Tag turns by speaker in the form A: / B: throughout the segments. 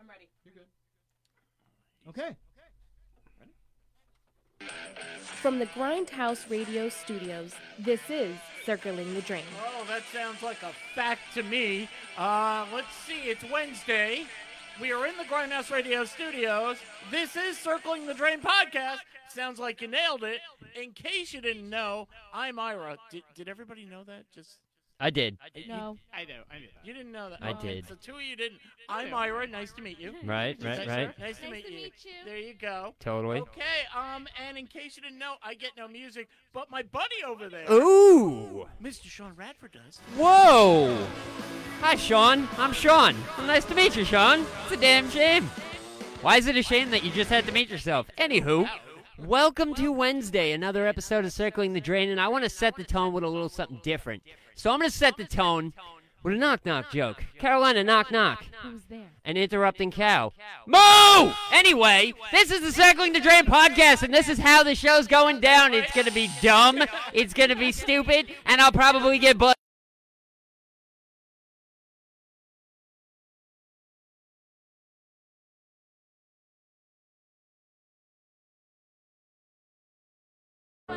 A: I'm ready.
B: You're good.
C: Okay.
D: From the Grindhouse Radio Studios, this is Circling the Drain.
E: Oh, that sounds like a fact to me. Uh, let's see, it's Wednesday. We are in the Grindhouse Radio Studios. This is Circling the Drain podcast. Sounds like you nailed it. In case you didn't know, I'm Ira. Did, did everybody know that? Just
F: I did.
D: No.
B: I know. I knew that.
E: you didn't know that.
F: I
E: Oh,
F: did.
E: The two of you didn't. I'm Ira. Nice to meet you.
F: Right, right,
E: Nice-
F: right.
E: Nice to meet you. There you go.
F: Totally.
E: Okay. Um. And in case you didn't know, I get no music, but my buddy over there,
F: Ooh.
E: Mr. Sean Radford, does.
F: Whoa. Hi, Sean. I'm Sean. Well, nice to meet you, Sean. It's a damn shame. Why is it a shame that you just had to meet yourself? Anywho, welcome to Wednesday, another episode of Circling the Drain, and I want to set the tone with a little something different. So I'm going to set the tone with a knock knock joke. Carolina, knock knock.
D: Who's there?
F: An interrupting cow. Moo! Anyway, this is the Circling the Drain podcast, and this is how the show's going down. It's going to be dumb, it's going to be stupid, and I'll probably get bu-
E: All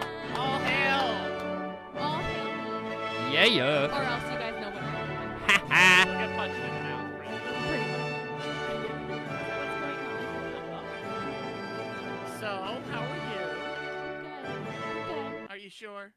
E: hail.
A: All hail,
F: Yeah, yeah.
A: or else you guys know what happened.
F: Ha
E: Get punched in the mouth, Brandon.
A: Pretty much. What's going on?
E: So, how are
A: Good.
E: you? Are you sure?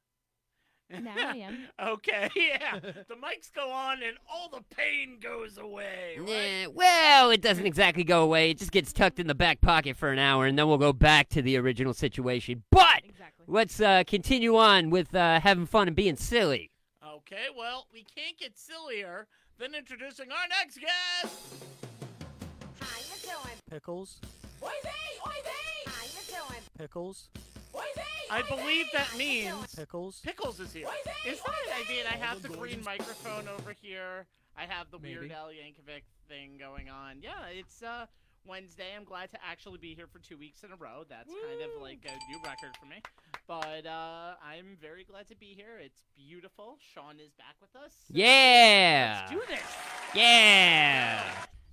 A: Now I am.
E: Okay, yeah. The mics go on and all the pain goes away. right?
F: Nah, well, it doesn't exactly go away. It just gets tucked in the back pocket for an hour, and then we'll go back to the original situation. But
A: Exactly.
F: let's uh, continue on with uh, having fun and being silly.
E: Okay, well, we can't get sillier than introducing our next guest.
G: Pickles. Pickles.
E: I believe that means
G: Pickles.
E: Pickles is here. Is that an idea? I have the green microphone over here. I have the Weird
B: Maybe.
E: Al Yankovic thing going on. Yeah, it's uh Wednesday. I'm glad to actually be here for two weeks in a row. That's kind of like a new record for me. But uh, I'm very glad to be here. It's beautiful. Sean is back with us. Let's
F: Yeah.
E: do this.
F: Yeah.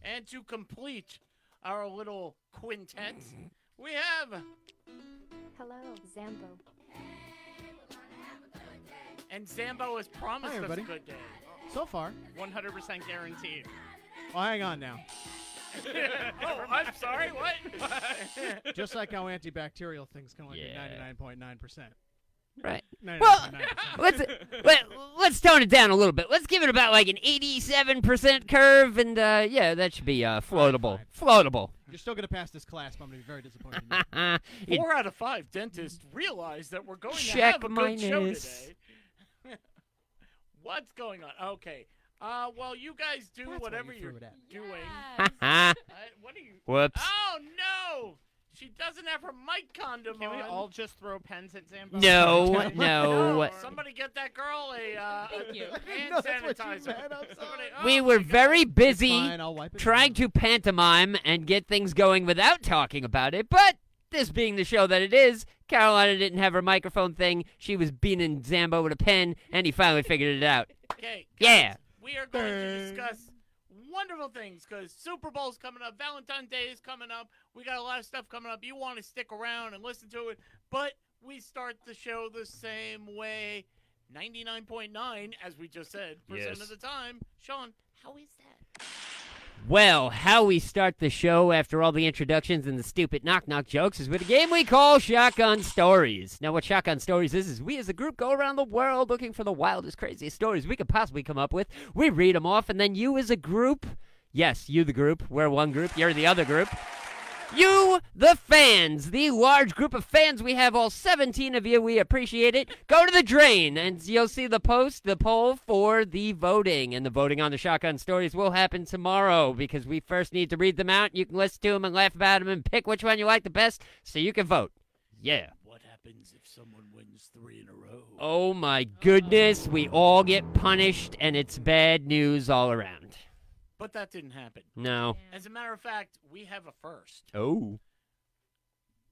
E: And to complete our little quintet, we have
H: Hello, Zambo.
E: and Zambo has promised
C: Hi,
E: us a
C: everybody.
E: good day.
C: So far.
E: 100% guaranteed.
C: Oh, hang on now.
E: oh, I'm sorry. What?
C: Just like how antibacterial things can only
F: Yeah.
C: be 99.9%.
F: Right.
C: 99.9%.
F: Well, let's let, let's tone it down a little bit. Let's give it about like an 87% curve, and uh, yeah, that should be uh, floatable. Floatable.
C: You're still going to pass this class, but I'm going to be very disappointed. in you.
F: It-
E: Four out of five dentists realize that we're going to
F: Check
E: have a good show
F: minus.
E: today. What's going on? Okay. Uh, well, you guys do
C: That's why
E: whatever
C: you threw
E: are
C: it at me.
E: doing.
F: Whoops.
E: Uh, what are you? Oh no! She doesn't have her mic condom
I: Can
E: on.
I: we all just throw pens at Zambo?
F: No, no.
E: Somebody get that girl a uh,
A: Thank you.
E: a hand
C: No, that's what you
E: sanitizer.
C: meant, I'm
E: Somebody-
C: sorry.
E: oh,
F: We
E: my
F: were
E: God.
F: very
C: It's
F: busy
C: fine, I'll wipe it
F: trying
C: down.
F: to pantomime and get things going without talking about it, but this being the show that it is, Carolina didn't have her microphone thing. She was beating Zambo with a pen, and he finally figured it out.
E: Okay.
F: Yeah.
E: We are going to discuss wonderful things because Super Bowl's coming up, Valentine's Day is coming up. We got a lot of stuff coming up. You want to stick around and listen to it, but we start the show the same way. 99.9, as we just said, percent
F: Yes.
E: of the time. Sean, how is that?
F: Well, how we start the show after all the introductions and the stupid knock knock jokes is with a game we call Shotgun Stories. Now, what Shotgun Stories is, is we as a group go around the world looking for the wildest, craziest stories we could possibly come up with. We read them off, and then you as a group yes, you the group, we're one group, you're the other group. You, the fans, the large group of fans we have, all 17 of you, we appreciate it. Go to the drain and you'll see the post, the poll for the voting. And the voting on the shotgun stories will happen tomorrow because we first need to read them out. You can listen to them and laugh about them and pick which one you like the best so you can vote. Yeah.
E: What happens if someone wins three in a row?
F: Oh my goodness, we all get punished and it's bad news all around.
E: But that didn't happen.
F: No.
E: As a matter of fact, we have a first.
F: Oh.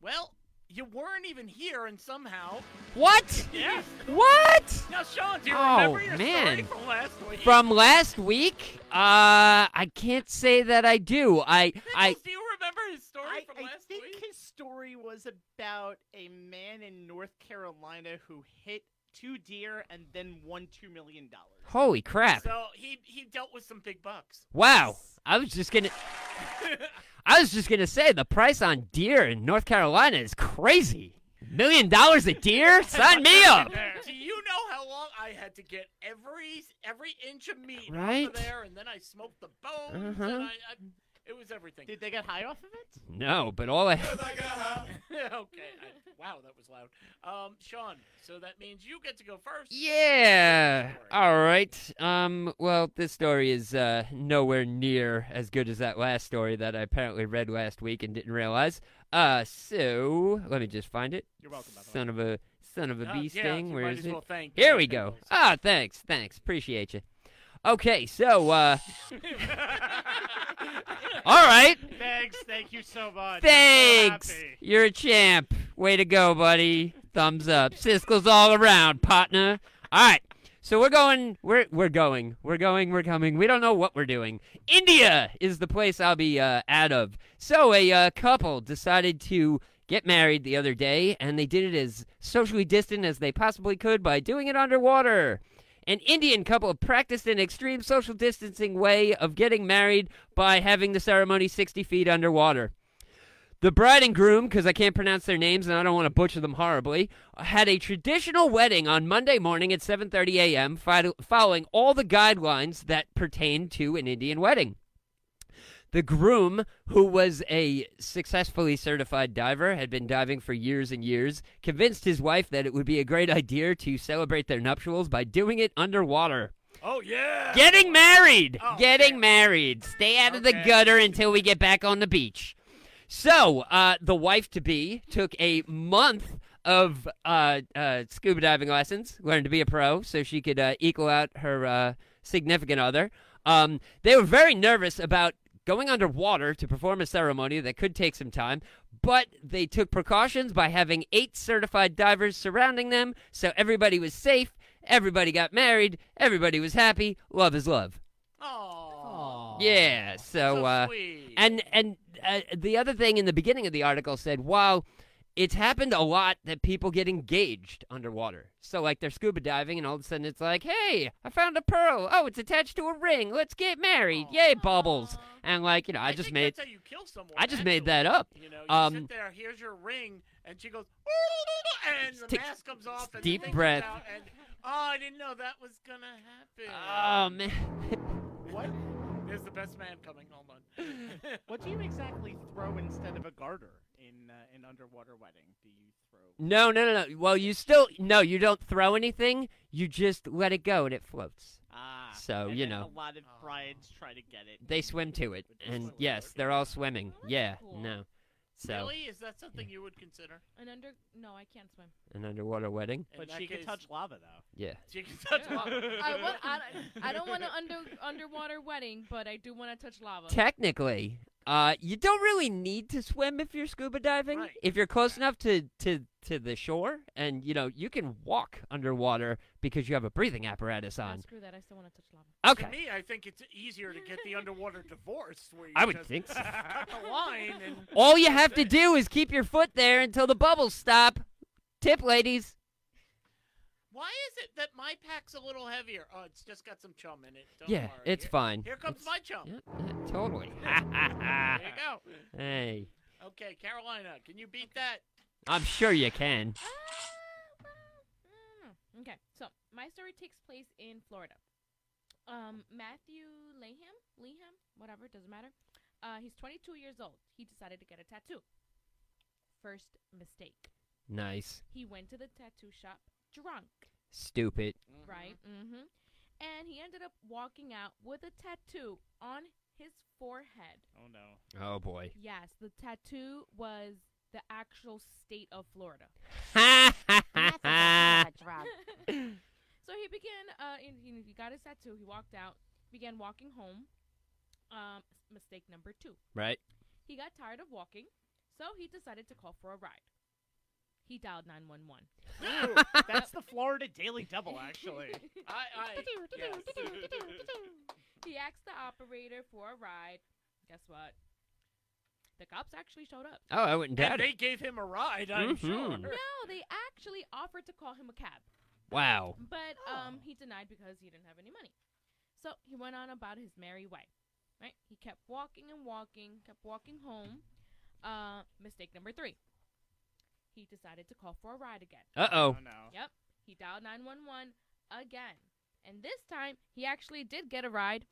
E: Well, you weren't even here, and somehow.
F: What?
E: Yeah.
F: What?
E: Now, Sean, do you
F: Oh,
E: remember your story
F: man.
E: from last week?
F: From last week? Uh, I can't say that I do. I, I,
E: do you remember his story
I: I,
E: from
I: I
E: last
I: think
E: week?
I: his story was about a man in North Carolina who hit two deer and then won two million dollars.
F: holy crap.
E: So he he dealt with some big bucks.
F: Wow. I was just gonna, I was just gonna say the price on deer in North Carolina is crazy. Million dollars a deer? Sign me up.
E: Do you know how long I had to get every every inch of meat out
F: Right?
E: of there, and then I smoked the bones,
F: Uh-huh.
E: and I, I, it was everything.
I: Did they get high off of it?
F: No, but all I,
E: okay. I, wow, that was loud. Um, Sean, so that means you get to go first.
F: Yeah. All right. Um. Well, this story is uh, nowhere near as good as that last story that I apparently read last week and didn't realize. Uh. So let me just find it.
E: You're welcome. By the way.
F: Son of a son of a
E: Uh,
F: bee beast
E: yeah,
F: thing.
E: you
F: Where
E: might
F: is
E: as
F: it?
E: well thank
F: Here
E: the
F: we go.
E: Bengals.
F: Ah, thanks, thanks, appreciate you. Okay, so uh, all right.
I: Thanks, thank you so much.
F: Thanks. You're a champ. Way to go, buddy. Thumbs up. Siskel's all around, partner. All right. So we're going. We're we're going. We're going. We're coming. We don't know what we're doing. India is the place I'll be uh, out of. So a uh, couple decided to get married the other day, and they did it as socially distant as they possibly could by doing it underwater. An Indian couple practiced an extreme social distancing way of getting married by having the ceremony 60 feet underwater. The bride and groom, because I can't pronounce their names and I don't want to butcher them horribly, had a traditional wedding on Monday morning at 7:30 a.m. fi- following all the guidelines that pertain to an Indian wedding. The groom, who was a successfully certified diver, had been diving for years and years, convinced his wife that it would be a great idea to celebrate their nuptials by doing it underwater.
E: Oh yeah.
F: Getting married.
E: Oh, man.
F: Getting married. Stay out of the
E: Okay.
F: gutter until we get back on the beach. So, uh, the wife to be took a month of uh, uh, scuba diving lessons, learned to be a pro, so she could uh, equal out her uh, significant other. Um, they were very nervous about going underwater to perform a ceremony that could take some time, but they took precautions by having eight certified divers surrounding them, so everybody was safe. Everybody got married. Everybody was happy. Love is love.
C: Oh.
E: Aww.
F: Yeah. So,
E: so
F: uh,
E: sweet.
F: and and uh, the other thing in the beginning of the article said, "Wow, it's happened a lot that people get engaged underwater. So like they're scuba diving, and all of a sudden it's like, hey, I found a pearl. Oh, it's attached to a ring. Let's get married. Yay, bubbles. And like you know, I, just
E: think
F: made
E: That's how you kill someone.
F: I just made
E: actually.
F: that up.
E: You know, you
F: Um,
E: sit there. Here's your ring, and she goes, and the
F: Take-
E: mask comes off. And the
F: deep
E: thing comes
F: breath.
E: out, and, oh, I didn't know that was gonna happen.
F: Oh man.
E: What? There's the best man coming. Hold on.
I: What do you exactly throw instead of a garter in uh, an underwater wedding? Do you throw?
F: No, no, no, no. Well, you still no. You don't throw anything. You just let it go and it floats.
I: Ah.
F: So,
I: and
F: you
I: then
F: know.
I: a lot of brides try to get it.
F: They swim to it,
I: They
F: and
I: swim.
F: yes, they're all swimming. Yeah,
A: Cool.
F: no. So
E: Really? Is that something you would consider?
A: An under. No, I can't swim.
F: an underwater wedding.
E: In
I: But
E: that
I: she can
E: case-
I: touch lava though.
F: Yeah.
E: She can touch
A: Yeah.
E: lava.
A: I, wa- I, I don't want an under underwater wedding, but I do want to touch lava.
F: Technically, uh, you don't really need to swim if you're scuba diving.
E: Right.
F: If you're close enough to, to to the shore, and you know you can walk underwater because you have a breathing apparatus
A: Ah,
F: on.
A: screw that. I still want to touch lava.
E: To
F: Okay.
E: me, I think it's easier to get the underwater divorce. Where you
F: I would
E: just
F: think so.
E: cut the line and
F: All you have to do is keep your foot there until the bubbles stop. Tip, ladies.
E: Why is it that my pack's a little heavier? Oh, it's just got some chum in it. Don't
F: yeah,
E: worry.
F: it's
E: Here-
F: fine.
E: Here comes
F: It's-
E: my chum.
F: Yeah, yeah, totally.
E: There you
F: hey,
E: go. Okay, Carolina, can you beat that?
F: I'm sure you can.
A: Ah, well, mm. Okay, so my story takes place in Florida. Um, Matthew Laham, Leham, whatever, doesn't matter. Uh, he's 22 years old. He decided to get a tattoo. First mistake.
F: Nice.
A: He went to the tattoo shop drunk,
F: Stupid.
A: right? Mm-hmm. And he ended up walking out with a tattoo on his forehead.
I: Oh no.
F: Oh boy.
A: Yes, the tattoo was the actual state of Florida.
F: Ha ha
H: And
F: ha
H: that's a
F: ha.
H: definite drug.
A: so he began, uh, and he, he got his tattoo. He walked out, began walking home. Um, s- mistake number two.
F: Right.
A: He got tired of walking, so he decided to call for a ride. He dialed 911.
I: Oh, That's the Florida Daily Double, actually.
E: I, I, yes.
A: He asked the operator for a ride. Guess what? The cops actually showed up.
F: Oh, I wouldn't doubt
E: and
F: it.
E: they gave him a ride, I'm
F: Mhm.
E: sure.
A: No, they actually offered to call him a cab,
F: Wow.
A: but um, he denied because he didn't have any money. So he went on about his merry way. Right? He kept walking and walking, kept walking home. Uh, mistake number three. He decided to call for a ride again.
F: Uh oh.
I: no.
A: Yep. He dialed 911 again. And this time, he actually did get a ride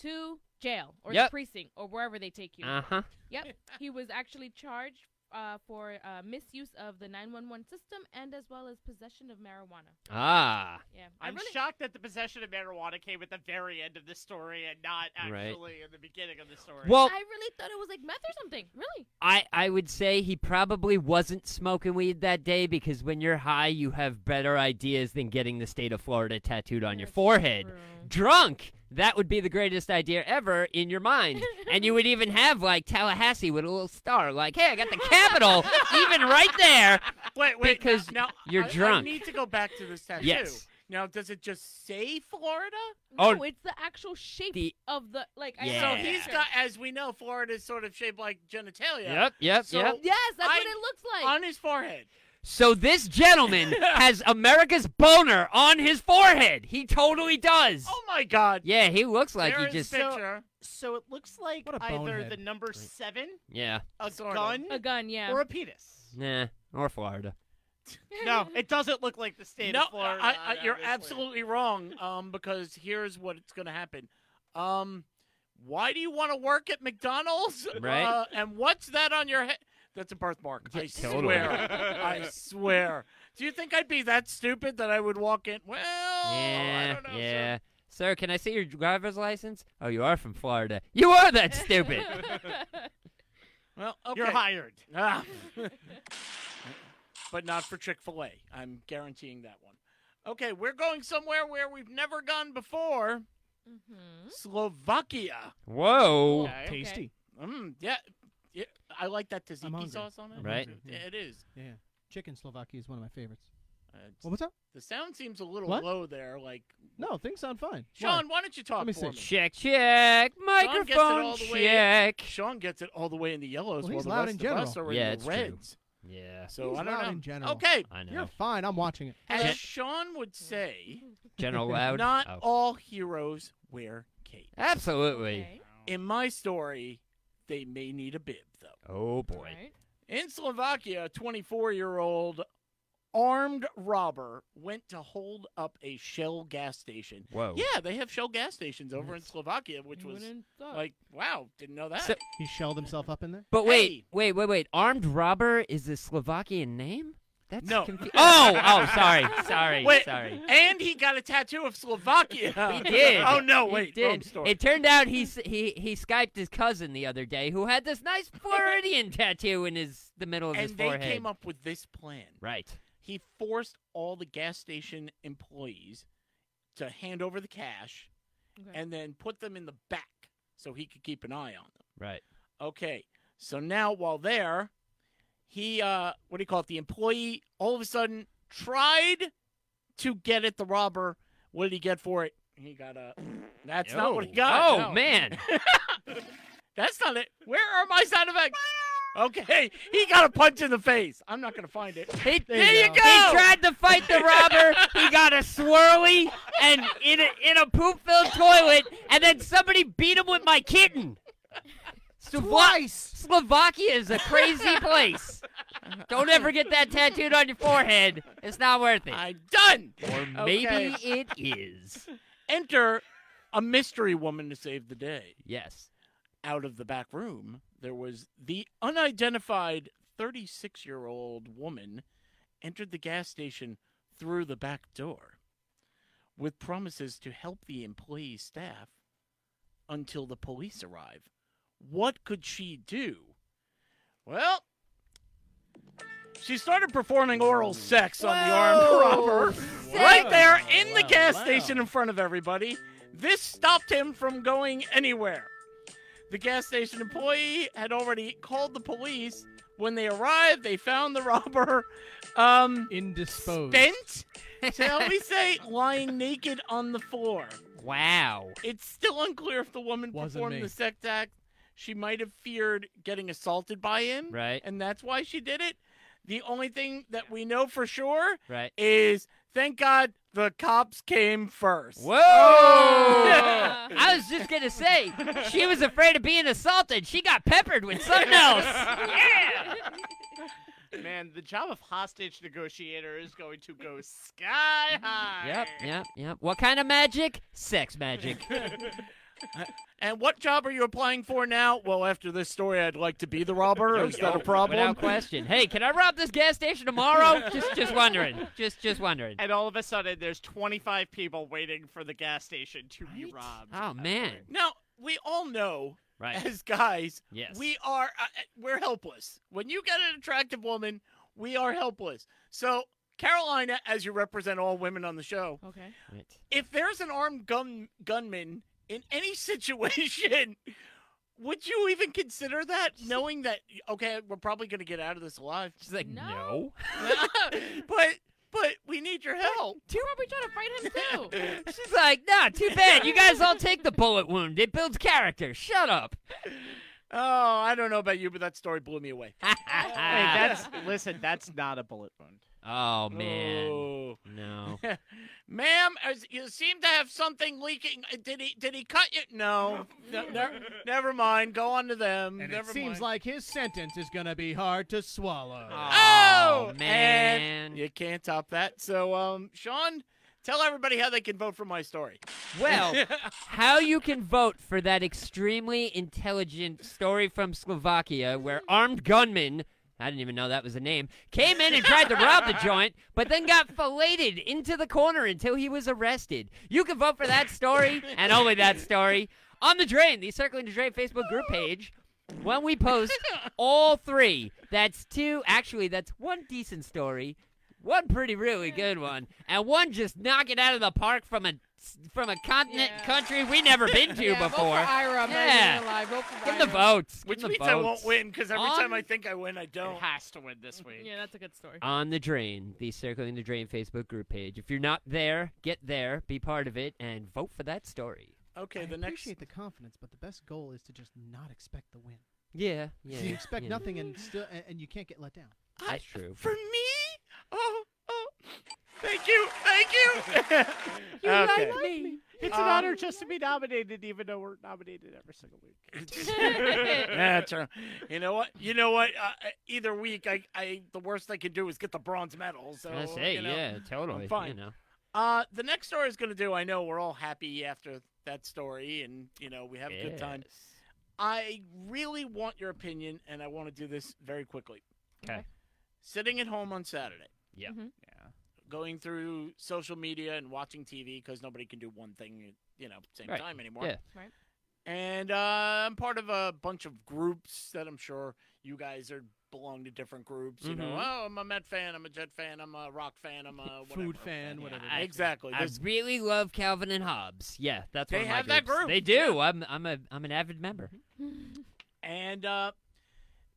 A: to jail or
F: Yep.
A: the precinct or wherever they take you.
F: Uh huh.
A: Yep. he was actually charged uh, for uh, misuse of the 911 system and as well as possession of marijuana.
F: Ah.
A: Yeah. I
I: I'm
A: really-
I: shocked that the possession of marijuana came at the very end of the story and not
F: Right.
I: actually in the beginning of the story.
F: Well,
A: I really thought it was like meth or something. Really?
F: I, I would say he probably wasn't smoking weed that day because when you're high, you have better ideas than getting the state of Florida tattooed on your
A: That's
F: forehead.
A: true.
F: Drunk, that would be the greatest idea ever in your mind. and you would even have like Tallahassee with a little star, like, hey, I got the capital even right there.
E: Wait, wait.
F: Because
E: now,
F: you're
E: I-
F: drunk.
E: I need to go back to this tattoo.
F: Yes.
E: Now, does it just say Florida?
A: No,
F: Oh.
A: it's the actual shape
F: The-
A: of the like. I
F: Yeah.
E: So
A: have a
E: he's
A: picture.
E: got, as we know, Florida is sort of shaped like genitalia.
F: Yep, yep,
E: So-
F: yep.
A: Yes, that's
E: I-
A: what it looks like.
E: On his forehead.
F: So this gentleman has America's boner on his forehead. He totally does.
E: Oh my God.
F: Yeah, he looks like
E: There
F: he
E: is
F: just.
E: a picture.
I: so it looks like
C: What a
I: either
C: bonehead.
I: the number seven,
F: Yeah,
I: a
E: Sort of.
I: gun,
A: a gun, yeah.
I: or a penis.
F: nah, or Florida.
I: no, it doesn't look like the state
E: no,
I: of Florida.
E: I, I, you're
I: obviously.
E: absolutely wrong. Um, because here's what's going to happen. Um, why do you want to work at McDonald's?
F: Right.
E: Uh, and what's that on your head? That's a birthmark. I
F: totally.
E: swear. I swear. Do you think I'd be that stupid that I would walk in? Well,
F: Yeah,
E: Oh, I don't know. sir.
F: yeah. Sir. can I see your driver's license? Oh, you are from Florida. You are that stupid.
E: Well, okay.
I: You're hired.
E: Ah. but not for Chick Fil A. I'm guaranteeing that one. Okay, we're going somewhere where we've never gone before.
F: Hmm?
A: Mhm.
E: Slovakia.
F: Whoa.
I: Okay.
C: Tasty.
E: Mm, yeah, yeah, I like that tzatziki
C: hungry.
E: sauce on it.
C: I'm
F: Right.
C: hungry,
E: Yeah,
C: yeah.
E: It is.
C: Chicken Slovakia is one of my favorites.
E: Uh,
C: What was that?
E: the sound seems a little
C: What?
E: low there. Like
C: No, things sound fine.
E: Sean, why don't you talk
C: Let me
E: for
C: see.
F: Check, check.
E: gets it all
F: Microphone
E: the way-
F: check.
E: Sean gets it all the way in the yellows,
C: Well,
E: while
C: he's
E: the
C: loud
E: rest
C: in
E: of us
C: general.
E: are
F: Yeah,
E: in
F: it's
E: the
F: true.
E: reds.
F: Yeah,
E: So
C: He's
E: I don't
C: loud
E: know.
C: in general.
E: Okay,
F: I know.
C: You're fine. I'm watching it.
E: as
F: Gen-
E: Sean would say,
F: General Loud.
E: not
F: Oh.
E: all heroes wear capes.
F: Absolutely.
A: Okay.
E: In my story, they may need a bib, though.
F: Oh, boy.
A: Alright.
E: In Slovakia, a 24 year old armed robber went to hold up a Shell gas station.
F: Whoa.
E: Yeah, they have Shell gas stations over in
C: Nice.
E: Slovakia, which
A: You
E: was
A: wouldn't thought.
E: like, wow, didn't know that.
F: So-
C: He shelled himself up in there.
F: But wait,
E: Hey.
F: wait, wait, wait. Armed robber is a Slovakian name? That's
E: No.
F: confu- oh, oh, sorry, sorry,
E: Wait.
F: sorry.
E: and he got a tattoo of Slovakia.
F: He did.
E: oh, no,
F: He
E: wait. wrong
F: did.
E: story.
F: It turned out he s- he he skyped his cousin the other day who had this nice Floridian tattoo in his the middle of his
E: and they
F: forehead.
E: came up with this plan.
F: right.
E: He forced all the gas station employees to hand over the cash
A: Okay.
E: and then put them in the back so he could keep an eye on them.
F: Right.
E: Okay. So now while there, he uh what do you call it? The employee all of a sudden tried to get at the robber. What did he get for it? He got a That's not what he
F: Oh.
E: got.
F: Oh
E: Uh, no.
F: man.
E: That's not it. Where are my sound effects? Okay, he got a punch in the face. I'm not gonna find it.
F: He,
E: There you
F: he
E: go.
F: tried to fight the robber. he got a swirly and in a, in a poop-filled toilet and then somebody beat him with my kitten. Slova- Slovakia is a crazy place. Don't ever get that tattooed on your forehead. It's not worth it.
E: I'm done.
F: Or maybe
E: Okay.
F: it is.
E: Enter a mystery woman to save the day.
F: Yes.
E: out of the back room, there was the unidentified 36 year old woman entered the gas station through the back door with promises to help the employee staff until the police arrive. What could she do? Well, she started performing oral sex on the armed robber right there in the gas station in front of everybody. This stopped him from going anywhere. The gas station employee had already called the police. When they arrived, they found the robber um
C: Indisposed.
E: spent, shall we say, lying naked on the floor.
F: Wow.
E: It's still unclear if the woman
C: Wasn't
E: performed
C: me.
E: the sex act. She might have feared getting assaulted by him,
F: Right.
E: and that's why she did it. The only thing that we know for sure
F: Right.
E: is thank God the cops came first.
F: Whoa!
A: Oh.
F: I was just gonna say she was afraid of being assaulted. She got peppered with something else. Yeah.
I: Man, the job of hostage negotiator is going to go sky high.
F: Yep. Yep. Yep. What kind of magic? Sex magic.
E: And what job are you applying for now? Well, after this story, I'd like to be the robber. is that a problem?
F: Without question. Hey, can I rob this gas station tomorrow? just, just wondering. Just, just wondering.
I: And all of a sudden, there's 25 people waiting for the gas station to be
F: Right?
I: robbed.
F: Oh man.
E: Now we all know
F: Right.
E: as guys
F: Yes.
E: We are uh, uh, we're helpless. When you get an attractive woman, we are helpless. So, Carolina, as you represent all women on the show,
A: Okay.
F: Right.
E: if there's an armed gun gunman in any situation, would you even consider that knowing that okay, we're probably going to get out of this alive?
F: She's like,
A: No.
F: no.
E: but but we need your help.
A: You're probably trying to fight him too.
F: She's like, nah, too bad. You guys all take the bullet wound. It builds character. Shut up.
E: Oh, I don't know about you, but that story blew me away.
I: Hey, that's listen. That's not a bullet wound.
F: Oh man.
E: Oh.
F: No.
E: Ma'am, as you seem to have something leaking. Uh, Did he? Did he cut you? No. no, ne- never mind. Go on to them.
C: And
E: never
C: it seems
E: mind.
C: like his sentence is gonna be hard to swallow.
I: Uh, Ah.
E: Oh,
F: Oh,
E: and
F: man.
E: you can't top that. So, um, Sean, tell everybody how they can vote for my story.
F: Well, how you can vote for that extremely intelligent story from Slovakia where armed gunmen. I didn't even know that was a name. Came in and tried to rob the joint, but then got filleted into the corner until he was arrested. You can vote for that story and only that story on the drain, the Circling the Drain Facebook group page. When we post all three, that's two, actually, that's one decent story, one pretty really good one, and one just knock it out of the park from a from a continent
A: Yeah.
F: country we never been to
A: yeah,
F: before.
A: Vote for Ira,
F: Yeah.
A: yeah. Alive. Vote for
F: Give
A: Ira.
F: him the votes. Give
E: Which
F: him the
E: means I won't
F: votes.
E: win because every
F: On-
E: time I think I win, I
I: It
E: don't.
I: has to win this week.
A: Yeah, that's a good story.
F: On the drain, the Circling the Drain Facebook group page. If you're not there, get there, be part of it, and vote for that story.
E: Okay,
C: I
E: the next.
C: appreciate the confidence, but the best goal is to just not expect the win.
F: Yeah, yeah.
C: you expect
F: yeah.
C: nothing and still, and, and you can't get let down.
E: I-
F: That's true.
E: For me? Oh, oh. Thank you. Thank you.
I: You
E: okay.
I: like
F: me.
I: It's
E: Um,
I: an honor just to be nominated, even though we're nominated every single week.
E: That's right. You know what? You know what? Uh, either week, I, I the worst I can do is get the bronze medal. So
F: I say,
E: you know.
F: yeah, totally. You
E: fine.
F: know.
E: Uh, the next story is going to do. I know we're all happy after that story, and you know we have a good time.
F: Yes.
E: I really want your opinion, and I want to do this very quickly.
F: 'Kay. Okay.
E: Sitting at home on Saturday,
F: Yeah.
A: Mhm.
I: Yeah.
E: going through social media and watching TV because nobody can do one thing, you know, same
F: Right.
E: time anymore.
F: Yeah.
A: Right.
E: And uh, I'm part of a bunch of groups that I'm sure you guys are belong to different groups. You know,
C: Mm-hmm.
F: Mhm.
E: oh, I'm a Met fan, I'm a Jet fan, I'm a rock fan, I'm a whatever
C: Food fan,
F: Yeah,
C: whatever.
F: I-
E: exactly.
F: I
E: There's-
F: really love Calvin and Hobbes. Yeah, that's
E: They
F: one of my
E: have that
F: groups.
E: group,
F: They do. I'm I'm a I'm an avid member.
E: and uh,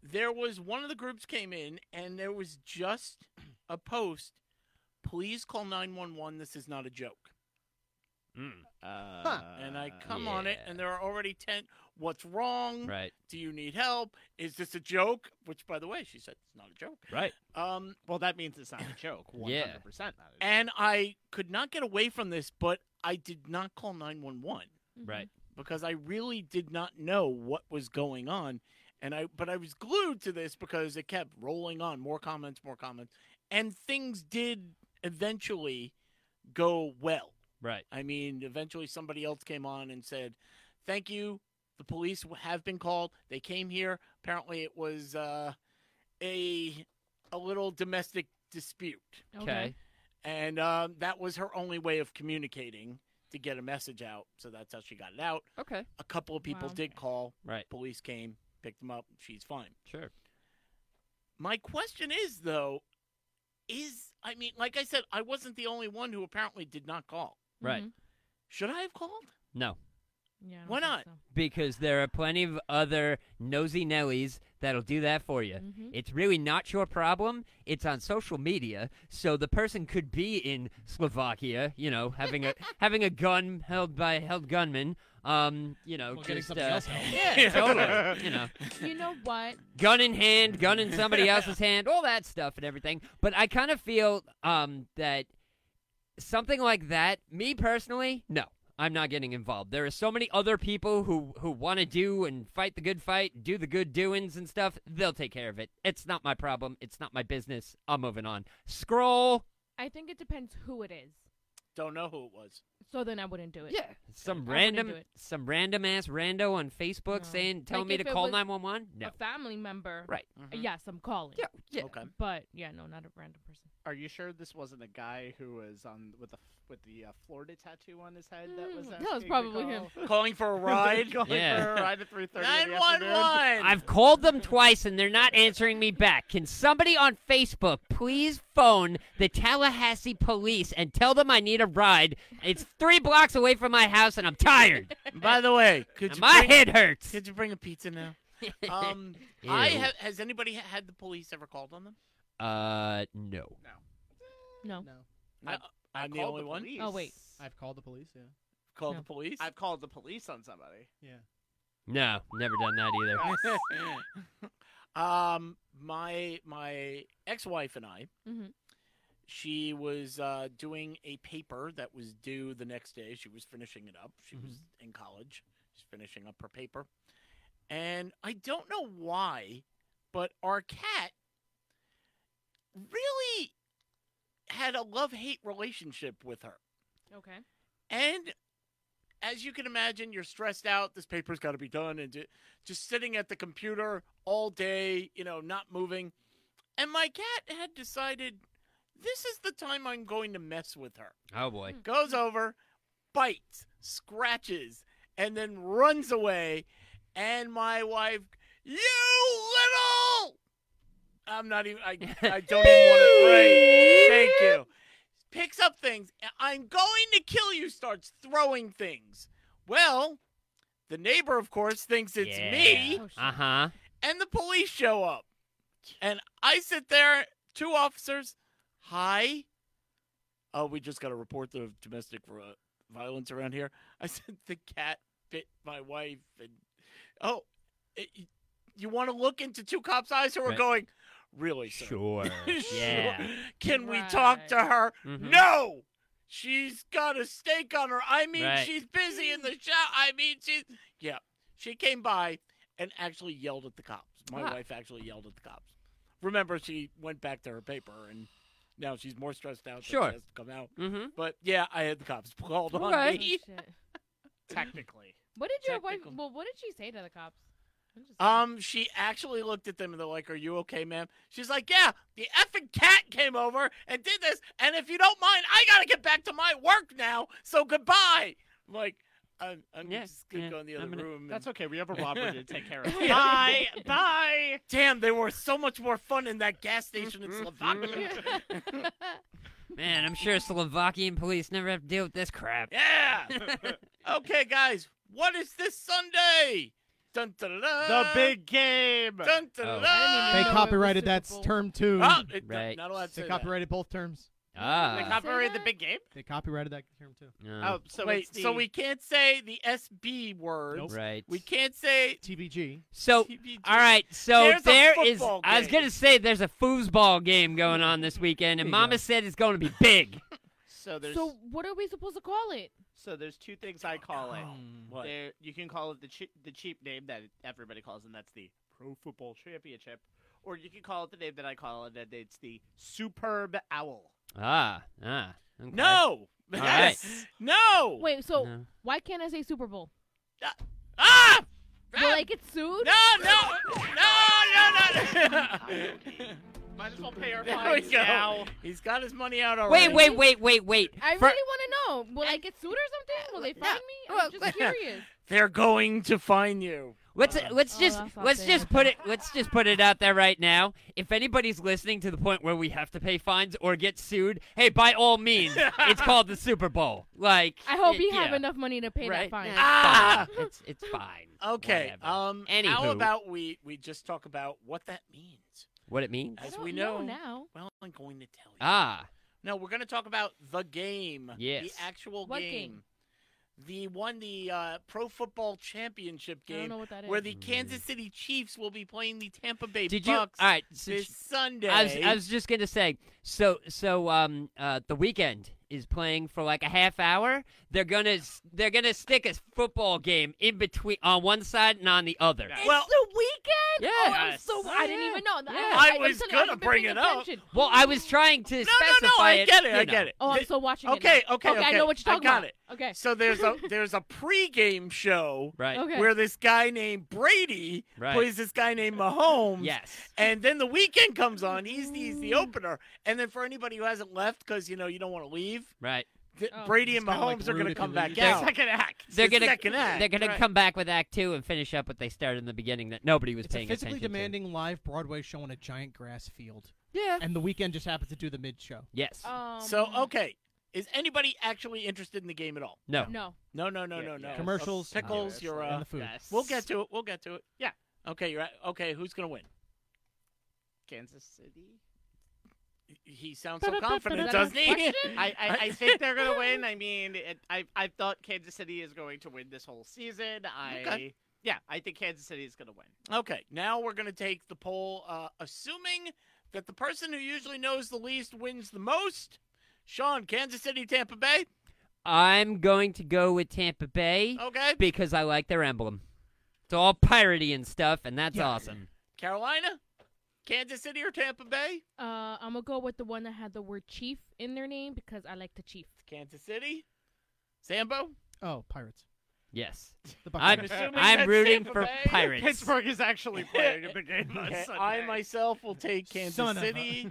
E: there was one of the groups came in, and there was just a post. Please call 911. This is not a joke.
I: Uh,
E: and
C: Uh,
E: I come on it,
F: yeah.
E: and there are already 10. What's wrong?
F: Right.
E: Do you need help? Is this a joke? Which, by the way, she said it's not a joke.
F: Right.
E: Um,
I: Well, that means it's not a joke. One
F: Yeah.
I: hundred percent not. A joke.
E: and I could not get away from this, but I did not call 911
A: Mm-hmm.
F: Right.
E: because I really did not know what was going on, and I but I was glued to this because it kept rolling on, more comments, more comments, and things did eventually go well.
F: Right.
E: I mean, eventually somebody else came on and said, "Thank you. The police w- have been called. They came here. Apparently, it was uh, a a little domestic dispute,
F: Okay.
E: and um, that was her only way of communicating to get a message out. So that's how she got it out.
F: Okay.
E: A couple of people
A: Wow.
E: did call.
F: Right.
E: Police came, picked them up. She's fine.
F: Sure.
E: My question is though, is I mean, like I said, I wasn't the only one who apparently did not call.
F: Right.
E: Should I have called?
F: No.
A: Mm-hmm. Yeah. I don't
E: Why
A: think
E: not?
A: so.
F: because there are plenty of other nosy Nellies that'll do that for you.
B: Mm-hmm.
A: Mhm.
F: It's really not your problem. It's on social media, so the person could be in Slovakia, you know, having a having a gun held by held gunman. Um, you know,
B: Well, getting
F: just
B: something
F: uh,
B: else held.
F: yeah, totally. You know,
A: You know what?
F: gun in hand, gun in somebody else's hand, all that stuff and everything. But I kind of feel um, that something like that, me personally, no, I'm not getting involved. There are so many other people who who want to do and fight the good fight, do the good doings and stuff. They'll take care of it. It's not my problem. It's not my business. I'm moving on. Scroll.
A: I think it depends who it is.
E: Don't know who it was.
A: So then I wouldn't do it.
F: Yeah, some
A: I wouldn't
F: random,
A: do it.
F: some random ass rando on Facebook
A: No.
F: saying, telling
A: Like,
F: me
A: if
F: to
A: it
F: call
A: was-
F: 911. No,
A: A family member.
F: right?
E: Mhm.
A: Yes, I'm calling.
F: Yeah, yeah.
E: Okay.
A: But yeah, no, not a random person.
I: Are you sure this wasn't a guy who was on with the with the uh, Florida tattoo on his head? That was
A: Mm, that was
I: asking to
A: probably him.
I: call?
E: Calling for a ride.
I: Calling
F: Yeah.
I: for a ride at 3:30 in the
E: Nine one
I: afternoon?
E: one.
F: I've called them twice and they're not answering me back. Can somebody on Facebook please phone the Tallahassee police and tell them I need a ride? It's three blocks away from my house and I'm tired.
E: By the way, could
F: And
E: you
F: my
E: bring,
F: head hurts.
E: Could you bring a pizza now? Um, I
F: Ew.
E: have. Has anybody ha- had the police ever called on them?
F: Uh, no.
A: No.
C: No.
E: I'm
I: I
E: the
I: called
E: only one.
I: police.
A: Oh, wait.
C: I've called the police, yeah.
E: Called
A: No.
E: the police.
I: I've called the police on somebody.
C: Yeah.
F: No, never done that either.
E: um, my my ex-wife and I,
A: Mhm.
E: she was uh, doing a paper that was due the next day. She was finishing it up. She was in college. She's finishing up her paper, and I don't know why, but our cat really had a love-hate relationship with her.
A: Okay.
E: And as you can imagine, you're stressed out. This paper's got to be done, and ju- just sitting at the computer all day, you know, not moving. And my cat had decided this is the time I'm going to mess with her.
F: Oh boy.
E: Goes over, bites, scratches, and then runs away. And my wife, you little! I'm not even. I, I don't even want to. Right. Thank you. Picks up things. I'm going to kill you. Starts throwing things. Well, the neighbor, of course, thinks it's me,
A: Oh, shit.
F: Uh huh.
E: and the police show up. And I sit there. Two officers. Hi. Oh, we just got a report of domestic uh, violence around here. I said the cat bit my wife, and oh, it, you want to look into two cops' eyes who are
F: Right.
E: going, really? Sir?
F: Sure.
E: Sure.
F: yeah.
E: Can we talk to her?
F: Mhm.
E: No. She's got a stake on her. I mean,
F: Right.
E: she's busy in the shop. I mean, she's yeah. She came by and actually yelled at the cops. My
F: Ah.
E: wife actually yelled at the cops. Remember, she went back to her paper, and now she's more stressed out. that she
F: Sure.
E: has to come out.
F: Mm-hmm.
E: But yeah, I had the cops called on
A: Oh,
F: Okay.
E: me.
A: shit.
E: Technically,
A: What did your wife?
E: Technical.
A: Well, what did she say to the cops? I'm just
E: um, she actually looked at them and they're like, "Are you okay, ma'am?" She's like, "Yeah, the effing cat came over and did this, and if you don't mind, I gotta get back to my work now. So goodbye." I'm like, "Uh, I'm, I'm
F: Yeah,
E: just gonna
F: yeah,
E: go in the other
F: I'm gonna-
E: room.
I: That's
E: and-
I: okay. We have a robber to take care of.
E: Bye, bye. Damn, they were so much more fun in that gas station in Slovakia.
F: Um,
A: kidding.
F: Man, I'm sure Slovakian police never have to deal with this crap.
E: Yeah. Okay, guys, what is this Sunday? Dun dun dun.
A: Uh,
I: The big game.
E: Dun dun
F: Oh.
E: dun.
A: I
C: They
A: didn't even know it was
C: copyrited
A: Super
C: that
A: Bowl.
C: term too.
E: Oh, it,
F: Right.
E: Not allowed to
C: they
E: say that.
C: copyrighted both terms.
E: Uh,
I: They
F: Ah.
I: copyrighted the
A: that?
I: big game.
C: They copyrighted that term too.
F: Uh,
I: Oh, so
E: Wait,
I: it's the,
E: so we can't say the SB word.
C: Nope.
F: right.
E: We can't say.
C: TBG.
F: So
E: TBG.
F: All right, so
E: There's a
F: there is.
E: football
F: I was
E: game.
F: gonna say there's a foosball game going on this weekend, and
C: There you
F: Mama
C: go.
F: said it's going to be big.
I: so there's
A: so what are we supposed to call it?
I: so there's two things I call it.
F: Mm.
E: What?
I: There, you can call it the che- the cheap name that everybody calls, and that's the Pro Football Championship, or you can call it the name that I call it, and it's the Superb Owl.
F: ah, ah. okay.
E: No.
F: All
E: Yes. No.
A: Wait, so
F: No.
A: why can't I say Super Bowl?
E: Ah.
A: Will I get sued?
E: No. No. No. No. No.
I: Might as well pay our
E: There we
I: fines
E: go.
I: now.
E: He's got his money out already.
F: Wait, wait, wait, wait, wait.
A: I
F: Fir-
A: really want to know. Will I get sued or something? Will they find me? I'm just curious.
E: They're going to find you.
F: Let's let's
A: Oh,
F: just
A: that's not
F: let's
A: fair.
F: just put it let's just put it out there right now. If anybody's listening to the point where we have to pay fines or get sued, hey, by all means, it's called the Super Bowl. Like
A: I hope
F: it-
A: you have
F: yeah,
A: enough money to pay
F: right?
A: that fine.
F: Yeah,
E: Ah!
F: it's fine. It's it's fine.
E: Okay.
F: Whatever.
E: Um. How
F: Anywho.
E: about we we just talk about what that means?
F: what it means?
A: I
E: As
A: don't
E: we
A: know
E: know,
A: now.
E: well, I'm going to tell you.
F: Ah,
E: No, we're going to talk about the game. The
F: Yes.
E: actual
A: What
E: game. The one, the uh, Pro Football Championship
A: I don't
E: game,
A: know what that is.
E: where the Kansas City Chiefs will be playing the Tampa Bay
F: did you? All
E: Bucks
F: right. so
E: this Sunday.
F: I was, I was just gonna say, so so um uh the weekend is playing for like a half hour. They're gonna s- they're gonna stick a football game in between on one side and on the other.
I: Yeah.
A: it's
E: well-
A: the weekend.
F: Yeah.
A: Oh, I'm so.
F: Yes.
A: I didn't even know.
F: Yeah.
E: I
A: I'm
E: was
A: telling you,
E: gonna
A: I've been
E: bring
A: paying
E: it up.
A: attention.
F: Well, I was trying to
E: no, no, no!
F: specify
E: I
F: it,
E: get it.
F: you
E: I
F: know.
E: get it.
A: Oh, I'm
E: Th-
A: still watching
E: okay,
A: it. now.
E: okay,
A: I know what you're
E: I
A: talking
E: got
A: about.
E: it.
A: Okay.
E: So there's a there's a pregame show
F: Right.
A: Okay.
E: where this guy named Brady
F: Right.
E: plays this guy named Mahomes.
F: Yes.
E: And then the weekend comes on. He's the, he's the opener. And then for anybody who hasn't left because you know you don't want to leave,
F: Right.
E: th-
A: Oh.
E: Brady
C: It's
E: and
C: kinda like
E: Mahomes are going to
C: rude
E: come
C: if
E: back
C: you leave.
E: out.
I: Second act.
F: They're
E: It's the
F: gonna
E: second act,
F: they're gonna
E: right.
F: come back with Act Two and finish up what they started in the beginning that nobody was
C: It's a
F: paying
C: physically
F: attention to.
C: demanding live Broadway show on a giant grass field,
F: Yeah.
C: and the weekend just happens to do the mid show.
F: Yes.
E: Oh.
A: Um,
E: So okay, is anybody actually interested in the game at all?
F: no.
A: No.
E: No, no, no,
I: Yeah,
E: no,
I: yeah.
E: no.
C: Commercials,
E: Uh, pickles.
I: yes,
E: Your
I: yeah.
E: uh,
C: and the food.
I: Yes.
E: we'll get to it. We'll get to it. Yeah. Okay, you're at, okay. Who's going to win?
I: Kansas City.
E: He sounds so confident,
A: Is that a
E: doesn't he?
A: question?
I: I, I, I think they're gonna win. I mean, it, I I thought Kansas City is going to win this whole season. I
E: Okay.
I: yeah, I think Kansas City is gonna win.
E: Okay, now we're going to take the poll. Uh, assuming that the person who usually knows the least wins the most. Sean, Kansas City, Tampa Bay.
F: I'm going to go with Tampa Bay
E: Okay.
F: because I like their emblem. It's all piratey and stuff, and that's
C: Yeah.
F: awesome.
E: Carolina, Kansas City, or Tampa Bay?
A: Uh, I'm gonna go with the one that had the word chief in their name because I like the chief.
E: Kansas City. Sambo?
C: Oh, Pirates.
F: Yes.
C: The
F: I'm
C: Buccaneers.
E: assuming
F: I'm
E: that's
F: rooting
E: Tampa
F: for
E: Bay.
F: pirates.
I: Pittsburgh is actually playing a big game. on
E: Okay,
I: Sunday.
E: I myself will take Kansas
C: Son of a-
E: City,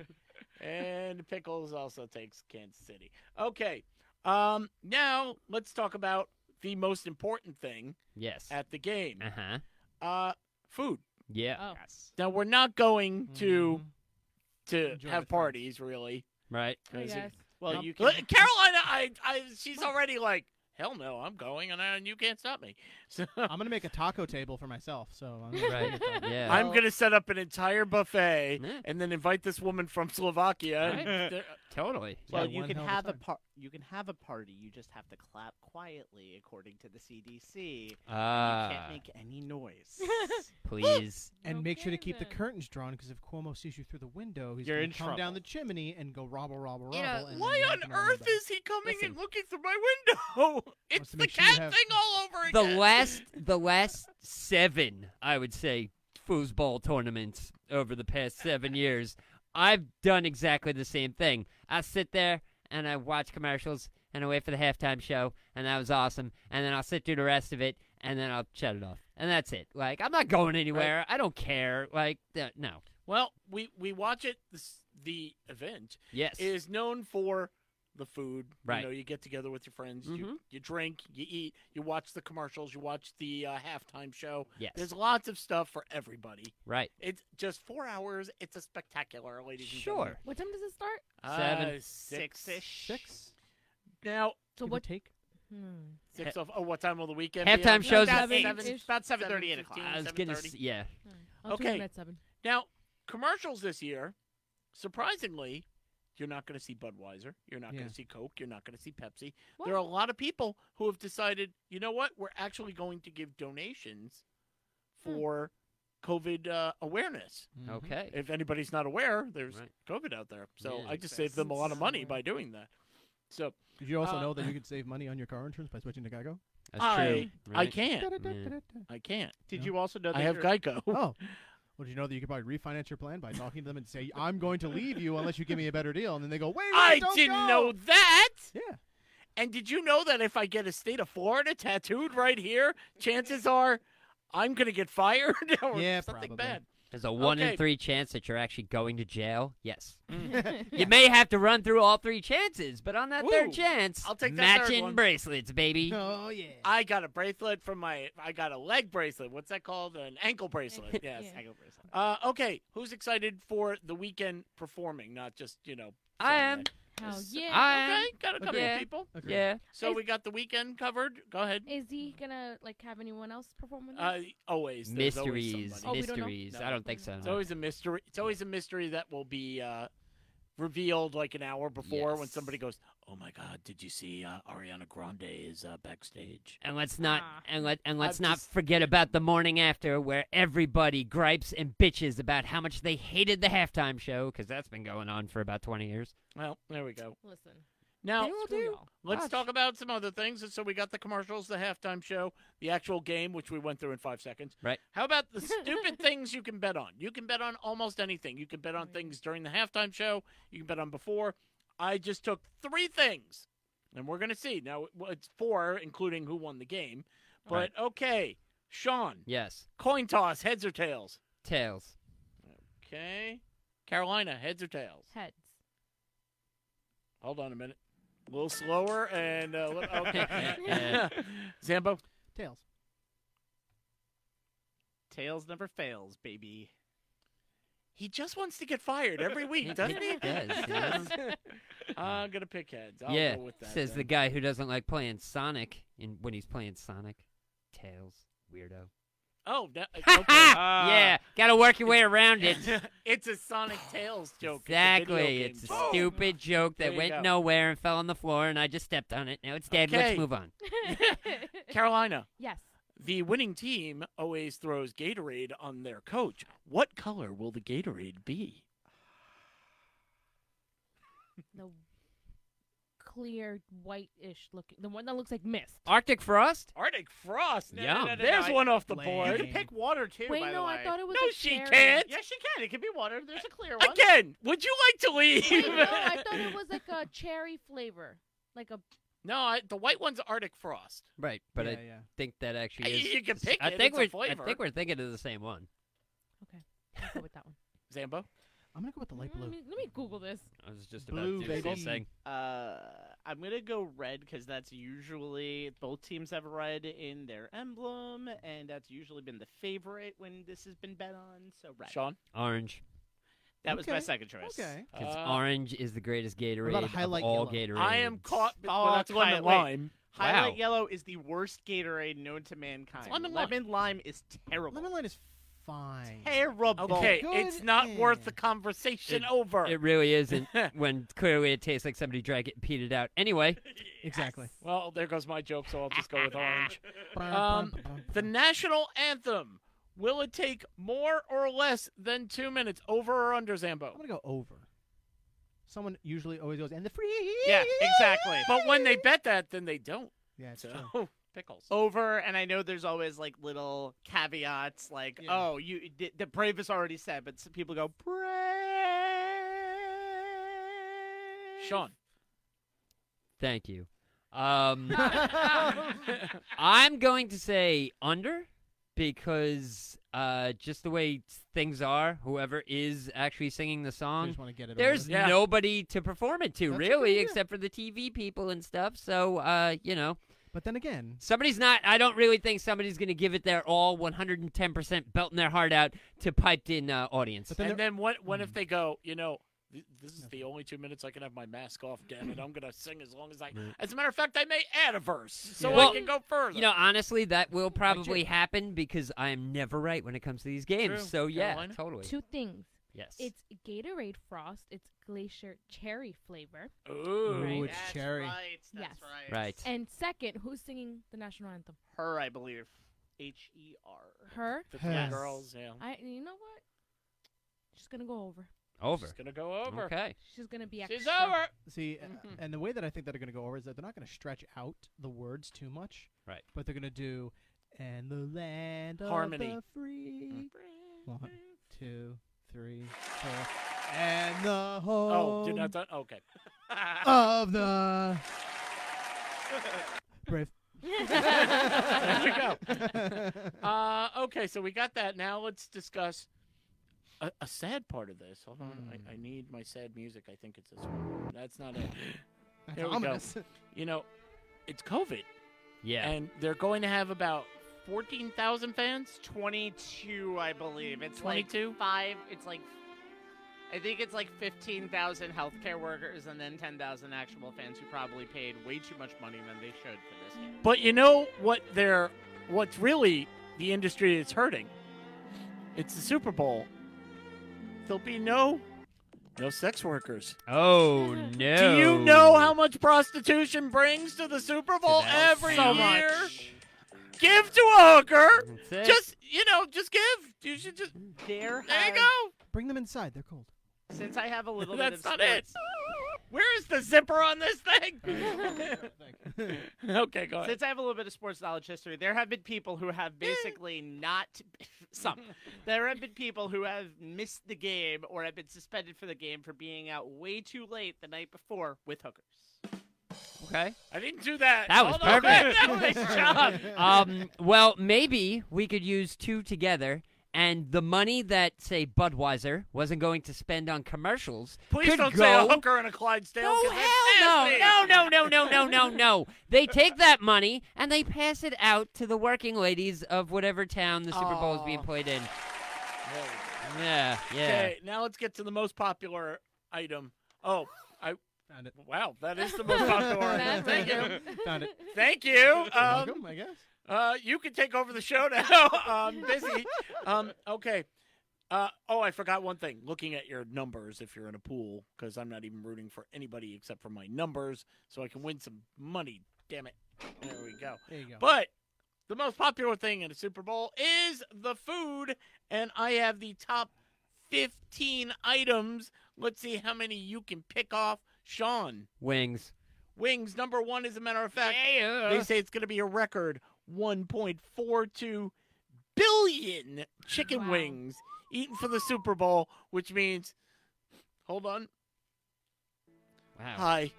E: and Pickles also takes Kansas City. Okay, um, now let's talk about the most important thing
F: Yes. Uh
E: at the game:
F: huh.
E: uh, food.
F: Yeah.
A: Oh.
I: Yes.
E: Now we're not going to
C: Mhm.
E: to
C: Enjoy
E: have
C: the food.
E: parties, really.
F: Right.
A: I
E: Is it-
A: guess.
I: Well,
E: Nope.
I: you
E: Look,
I: can.
E: Carolina, I, I, she's already like, hell no, I'm going, and, I, and you can't stop me. So
C: I'm gonna make a taco table for myself. So uh, I'm gonna
F: Right. Yeah.
E: I'm gonna set up an entire buffet
F: Yeah.
E: and then invite this woman from Slovakia.
F: Right.
E: and they're-
F: totally.
I: Well,
C: Yeah,
I: you
C: one
I: can
C: hell of a
I: have a
C: time.
I: par- you can have a party. You just have to clap quietly, according to the CDC.
F: Ah.
I: you can't make any noise.
F: please.
C: and make sure to
A: Okay,
C: keep the
A: then.
C: curtains drawn because if Cuomo sees you through the window, he's
I: You're
C: gonna
I: in
C: come down
I: trouble.
C: the chimney and go robble, robble,
F: You know,
C: robble. and
E: Why
C: then you're
E: on
C: not gonna
E: earth
C: remember.
E: is he coming and
F: Listen.
E: looking through my window? It's
C: Wants to
E: the
C: make sure you
E: cat
C: have-
E: thing all over
F: the
E: again.
F: last the last seven, I would say, foosball tournaments over the past seven years, I've done exactly the same thing. I sit there and I watch commercials and I wait for the halftime show and that was awesome. And then I'll sit through the rest of it and then I'll shut it off. And that's it. Like I'm not going anywhere. I don't care. Like th- no.
E: Well, we we watch it. This, the event
F: Yes.
E: is known for the food.
F: Right.
E: You know, you get together with your friends, you
F: Mhm.
E: you drink, you eat, you watch the commercials, you watch the uh, halftime show.
F: yes.
E: There's lots of stuff for everybody.
F: Right.
E: It's just four hours. It's a spectacular, ladies
F: Sure.
A: What time does it start?
E: and gentlemen.
F: Seven.
E: Uh, six
I: Six-ish.
C: six.
E: Now
A: So
C: give or
A: what?
C: take?
A: Hmm.
E: six of oh, what time will the weekend? be
F: Halftime
E: on?
F: shows
E: About
F: at eight.
E: seven-
A: It's
E: about seven thirty,
I: thirty,
E: eight
I: eight
E: o'clock.
I: o'clock.
F: I was gonna. s- Yeah.
A: I'll
E: Okay.
A: Tune in at Oh, seven.
E: Now, commercials this year, surprisingly, you're not going to see Budweiser. You're not going
C: Yeah.
E: to see Coke. You're not going to see Pepsi.
A: What?
E: There are a lot of people who have decided, you know what? We're actually going to give donations
A: Hmm.
E: for COVID uh, awareness.
F: Okay.
E: If anybody's not aware, there's
F: Right.
E: COVID out there. So
F: Yeah,
E: I just
I: exactly.
E: saved them a lot of money
A: Somewhere.
E: by doing that. So
C: Did you also
E: Uh,
C: know that you could save money on your car insurance by switching to Geico?
F: That's
E: I
F: true.
E: I
F: right?
E: can't.
C: Da-da-da-da-da.
E: I can't.
I: Did
C: No.
I: you also know that
E: I have
I: your-
E: Geico.
C: Oh. Well, did you know that you could probably refinance your plan by talking to them and say, "I'm going to leave you unless you give me a better deal," and then they go, "Wait, wait
E: I
C: don't
E: didn't
C: go."
E: know that.
C: Yeah.
E: And did you know that if I get a state of Florida tattooed right here, chances are I'm going to get fired or
C: Yeah,
E: something
C: probably.
E: bad.
F: There's a one in
E: Okay.
F: three chance that you're actually going to jail. Yes.
A: yeah.
F: You may have to run through all three chances, but on that
E: Mm. Ooh,
F: third chance,
E: I'll take that third
F: matching
E: one.
F: bracelets, baby.
C: Oh yeah.
E: I got a bracelet from my. I got a leg bracelet. What's that called? An ankle bracelet. Yes.
A: Yeah.
I: Hang over a second.
E: Uh, okay, who's excited for the weekend performing? Not just you know.
F: I am.
E: Saturday?
A: Hell
E: Yes.
A: yeah.
F: I
E: Okay, got a couple
F: Yeah.
E: of people.
C: Agreed.
F: Yeah.
E: So
A: Is-
E: we got the weekend covered. Go ahead.
A: Is he gonna like have anyone else perform with him?
E: Uh, always there's always
F: mysteries.
E: somebody.
A: Oh, we don't know?
F: mysteries.
E: No.
F: I don't think so.
E: It's
F: no.
E: always a mystery. It's always a mystery that will be uh, revealed like an hour before when
F: Yes.
E: somebody goes, "Oh my God, did you see uh, Ariana Grande is uh, backstage?"
F: And let's not
A: Ah.
F: and let and let's not
E: just-
F: forget about the morning after where everybody gripes and bitches about how much they hated the halftime show because that's been going on for about twenty years.
E: Well, there we go.
A: Listen.
E: Now
F: They will
A: screw
F: do.
A: y'all.
E: let's
F: Watch.
E: talk about some other things. So we got the commercials, the halftime show, the actual game, which we went through in five seconds.
F: Right.
E: How about the stupid things you can bet on? You can bet on almost anything. You can bet on
A: Right.
E: things during the halftime show. You can bet on before. I just took three things, and we're gonna see now. well, It's four, including who won the game. But
F: Right.
E: okay, Sean,
F: Yes,
E: coin toss, heads or tails?
F: tails.
E: Okay, Carolina, heads or tails?
A: Heads.
E: Hold on a minute. A little slower and uh, li- okay.
F: Yeah.
E: Zambo,
C: Tails.
I: Tails never fails, baby.
E: he just wants to get fired every week, doesn't he?
F: He does,
E: He
F: yes.
E: does. I'm gonna pick heads. I'll
F: yeah,
E: go with that.
F: says the
E: then.
F: guy who doesn't like playing Sonic in when he's playing Sonic. Tails, weirdo.
E: Oh, that, okay.
I: Ah.
F: yeah, gotta work your way around it.
E: uh, it's a Sonic Tails joke. It's a video
F: Exactly.
E: game
F: It's a
E: joke.
F: stupid joke
E: There
F: that
E: you
F: went
E: go.
F: nowhere and fell on the floor, and I just stepped on it. Now it's dead.
E: Okay.
F: Let's move on.
E: Carolina,
A: yes.
E: the winning team always throws Gatorade on their coach. What color will the Gatorade be?
A: The clear whitish looking the one that looks like mist.
E: Oh,
F: Arctic Frost?
E: Arctic Frost.
F: No, no, Yum. no, no,
E: There's
I: I-
E: one off the
C: Lame.
I: You
E: board.
I: can pick water too.
A: Wait,
I: by
A: no,
I: the
A: I
I: way.
A: thought it was
E: No,
A: a
E: she
A: cherry.
E: can't.
I: Yes, you can. It can be water. There's a clear one.
E: Again, would you like to leave?
A: Wait, no, I thought it was like a cherry flavor. Like a
E: No, I, the white one's Arctic Frost.
F: Right, but I
C: yeah, yeah.
F: think that actually
E: Hey,
F: is.
E: you can pick
F: I
E: it,
F: think
E: it's a
F: we're.
E: flavor.
F: I think we're thinking of the same one.
A: I'll go with that one.
E: Zambo.
C: I'm gonna go with the light
A: Mm, Let
C: blue.
A: me, let me Google this.
F: I was just
C: about Blue to do the same baby. thing.
I: Uh, I'm gonna go red because that's usually both teams have red in their emblem, and that's usually been the favorite when this has been bet on. So red.
E: Sean.
F: Orange,
I: That was my
C: Okay.
I: second choice.
C: Okay.
F: because
E: Uh,
F: orange is the greatest Gatorade
C: about a
F: of
C: highlight
F: all
C: yellow?
F: Gatorades.
E: I am caught.
I: Oh,
E: well, that's lemon
I: Kyle, wait.
E: lime.
I: Highlight
F: Wow.
I: yellow is the worst Gatorade known to mankind.
E: lemon lime.
I: lemon lime is terrible.
C: Lemon light is fine.
I: terrible.
E: Okay,
C: Good
E: it's not worth the
C: air.
E: conversation over.
F: It really isn't. when clearly it tastes like somebody drank it and peed it out. Anyway,
C: Exactly.
E: well, there goes my joke, so I'll just go with orange. Um,
C: Bum, bum, bum,
E: The
C: bum.
E: national anthem. Will it take more or less than two minutes? Over or under,
C: I'm
E: Zambo?
C: gonna go over. Someone usually always goes and the free.
I: Yeah, exactly.
E: But when they bet that, then they don't.
C: Yeah, it's true.
E: So pickles.
I: over and i know there's always like little caveats like
C: Yeah.
I: oh you the, the brave is already said but some people go brave
E: Sean.
F: thank you. Um, I'm going to say under because uh, just the way things are, whoever is actually singing the
C: I
F: song
C: just want to get it.
F: There's
C: over.
E: Yeah.
F: nobody to perform it to,
C: That's a good
F: really,
C: idea.
F: except for the TV people and stuff. So, uh, you know,
C: But then again,
F: somebody's not. I don't really think somebody's going to give it their all, 110%, belting their heart out to piped in uh, audience.
C: But then
E: and
C: there-
E: then what? What if
F: Hmm.
C: Mm.
E: they go? You know, th- this is the only two minutes I can have my mask off. Damn it! I'm gonna sing as long as I.
F: Right.
E: As a matter of fact, I may add a verse so
F: Well,
E: I can go further.
F: You know, honestly, that will probably
E: you.
F: happen because I am never right when it comes to these games.
E: True.
F: So, yeah,
E: Carolina?
F: totally.
A: Two things.
F: yes.
A: It's Gatorade Frost. It's glacier cherry flavor.
E: Ooh.
C: Ooh,
A: Right.
C: it's cherry.
I: right that's
A: Yes.
I: right
F: right.
A: And second, who's singing the national anthem?
I: her i believe E h-e-r
A: Her.
E: The three
C: Yes.
E: girls. Yeah.
A: I. You know what? She's gonna go over.
F: Over.
E: She's gonna go over.
F: Okay.
A: She's gonna be extra.
E: She's over.
C: see, uh,
E: Mhm.
C: and the way that I think that they're gonna go over is that they're not gonna stretch out the words too much.
F: Right.
C: But they're gonna do and the land
E: Harmony.
C: of
A: Mm-hmm.
C: the free. Mm-hmm. One, two, three, four, and the home
E: Oh, did not done. Okay.
C: of the brave.
E: there we go. Uh, okay, so we got that. Now let's discuss a, a sad part of this. Hold on, I,
F: Hmm.
E: I need my sad music. I think it's this one. That's not it.
C: That's
E: There we go.
C: ominous.
E: You know, it's COVID,
F: Yeah.
E: and they're going to have about fourteen thousand fans.
I: 22, I believe. It's like
E: 22?
I: five. It's like I think it's like 15,000 healthcare workers and then 10,000 actual fans who probably paid way too much money than they should for this game.
E: But you know what? They're what's really the industry is hurting. It's the Super Bowl. There'll be no no sex workers.
F: oh no.
E: Do you know how much prostitution brings to the Super Bowl every
I: So
E: year?
I: much.
E: Give to a hooker.
F: That's it.
E: Just you know, just give. You should just
I: There,
E: there you
I: have-
E: go.
C: Bring them inside. They're cold.
I: Since I have a little bit
E: That's
I: of
E: not it.
I: sports-
E: Where is the zipper on this thing? okay, go ahead.
I: Since I have a little bit of sports knowledge history, there have been people who
F: Eh.
I: have basically not some. There have been people who have missed the game or have been suspended for the game for being out way too late the night before with hookers.
F: Okay.
E: I didn't do that.
F: That was
E: Hold on.
F: perfect.
E: that was nice job.
F: um, well, maybe we could use two together, and the money that, say, Budweiser wasn't going to spend on commercials
E: Please
F: could
E: don't
F: go.
E: say a hooker and a Clydesdale.
F: no
E: 'cause that's
F: hell
E: nasty.
F: no no no no no no no no they take that money and they pass it out to the working ladies of whatever town the Super Bowl is being
E: Aw.
F: played in
E: There we go.
F: yeah yeah
E: Okay, now let's get to the most popular item. Oh, I
C: Found it.
E: wow, that is the most popular. item.
A: That's
E: Thank
A: right.
E: you.
C: Found it.
E: Thank you.
C: You're
E: Um,
C: welcome, I guess.
E: uh, you can take over the show now. I'm busy. Um, okay. Uh, oh, I forgot one thing. Looking at your numbers if you're in a pool, because I'm not even rooting for anybody except for my numbers, so I can win some money. Damn it. There we go.
C: There you go.
E: But the most popular thing in a Super Bowl is the food, and I have the top 15 items. Let's see how many you can pick off. Sean,
F: wings
E: wings number one, as a matter of fact. They say it's going to be a record 1.42 billion chicken
A: Wow.
E: wings eaten for the Super Bowl, which means, hold on,
F: wow
E: Hi,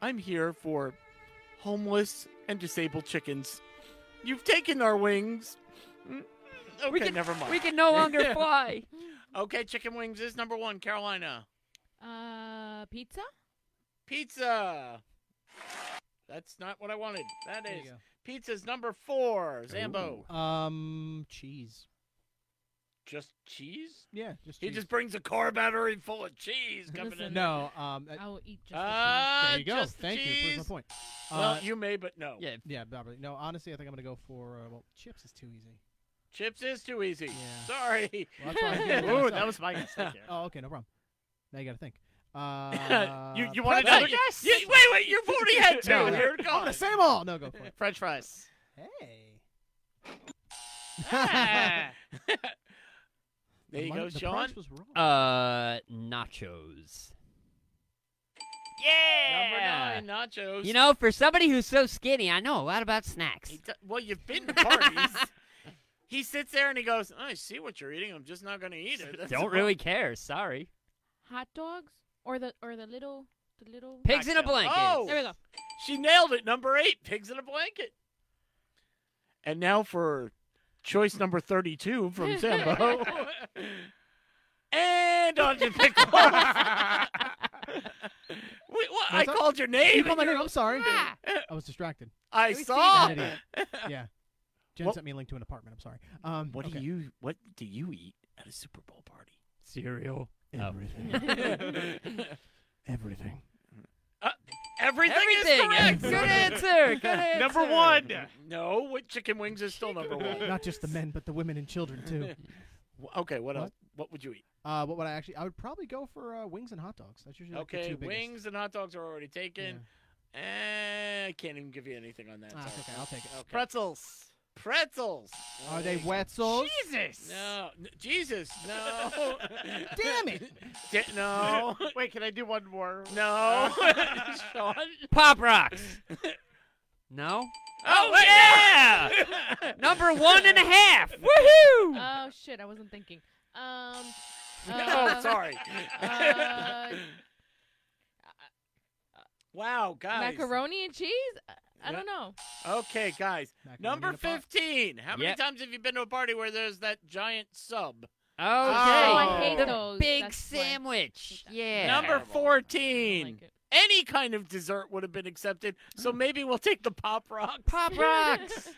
E: I'm here for homeless and disabled chickens. You've taken our wings. Mm, Okay,
F: We can-
E: never mind.
F: we can no longer fly
E: Okay, chicken wings is number one. Carolina
A: Uh, pizza?
E: pizza. That's not what I wanted. That
C: There you
E: is pizza's number four. Zambo,
C: go. Um, cheese.
E: just cheese.
C: Yeah, just
E: He
C: cheese.
E: just brings a car battery full of cheese coming
A: Listen.
E: in.
C: no. Um, uh,
A: I will eat just the
E: Ah,
C: there you go.
E: just the
C: Thank you. Proves
E: cheese.
C: my point.
E: Well,
C: Uh,
E: you may, but no.
F: yeah
C: yeah, probably. No, honestly, I think I'm gonna go for uh, well, chips is too easy.
E: Chips is too easy.
C: Yeah.
E: Sorry.
C: Well, that's why I was thinking to
I: Ooh,
C: myself.
I: that was my guess. Thank you.
C: Oh, okay, no problem. Now you gotta think. Uh,
E: you you want another
I: pretzel. Yes.
E: You- wait, wait. You've already had two.
C: No, no.
E: You're gone.
C: the same all? No, go for it.
I: French fries.
C: Hey.
I: Ah.
E: There
C: The
E: you
C: mon-
E: go,
C: the
E: Sean.
C: price was wrong.
F: uh nachos
E: Number
F: yeah
E: nine, nachos.
F: you know for somebody who's so skinny I know a lot about snacks
E: He do- well, you've been to parties. he sits there and he goes, "I see what you're eating. I'm just not going to eat it." That's all."
F: don't really care sorry
A: hot dogs or the or the little the little
F: pigs in a
I: Cocktail.
F: blanket
E: Oh!
A: There we go.
E: She nailed it. Number eight, pigs in a blanket. And now for choice number thirty-two from Sambo. and on to pickles. Wait, what? I
C: What's up?
E: called your
C: You
E: name.
C: called my
E: and
C: name.
E: you're-
C: I'm sorry. I was distracted.
E: I
A: We've
E: saw.
C: seen that. Yeah. Jen
E: What-
C: sent me a link to an apartment. I'm sorry. Um,
E: What
C: okay.
E: do you? What do you eat at a Super Bowl party?
F: cereal
C: Oh. Everything. Everything.
E: Everything,
F: Everything.
E: is correct.
F: Good answer. Good answer.
I: Number one.
E: No, what chicken wings is still number one.
C: Not just the men, but the women and children too.
E: W- Okay, what,
C: What?
E: else? What would you eat?
C: Uh, what would I actually? I would probably go for uh, wings and hot dogs. That's usually like, the
E: okay,
C: two biggest.
E: wings and hot dogs are already taken. Eh, I can't even give you anything on that.
C: Ah, it's okay, I'll take it.
E: Pret-
I: Pretzels.
E: pretzels.
C: Are they Wetzels?
I: Jesus.
E: No, N- Jesus, no.
C: Damn it!
E: D- no,
I: Wait, can I do one more?
E: no. Sean.
F: Pop rocks. no.
E: Oh, wait,
F: yeah!
E: no.
F: Number one and a half. Woohoo!
A: Oh shit, I wasn't thinking. Um
E: No,
A: uh,
E: Oh, sorry.
A: uh,
E: wow, guys.
A: Macaroni and cheese? I- I
E: Yeah.
A: don't know.
E: Okay, guys.
C: Macaroni
E: Number
C: in a pot.
E: 15. How many
F: Yep.
E: times have you been to a party where there's that giant sub?
F: Okay.
A: I hate
F: the
A: those.
F: big
A: That's why I hate
F: sandwich.
A: that.
F: Yeah.
E: Number
I: Terrible.
A: I
E: 14.
A: don't like it.
E: Any kind of dessert would have been accepted,
A: Mm.
E: so maybe we'll take the Pop Rocks.
F: Pop rocks.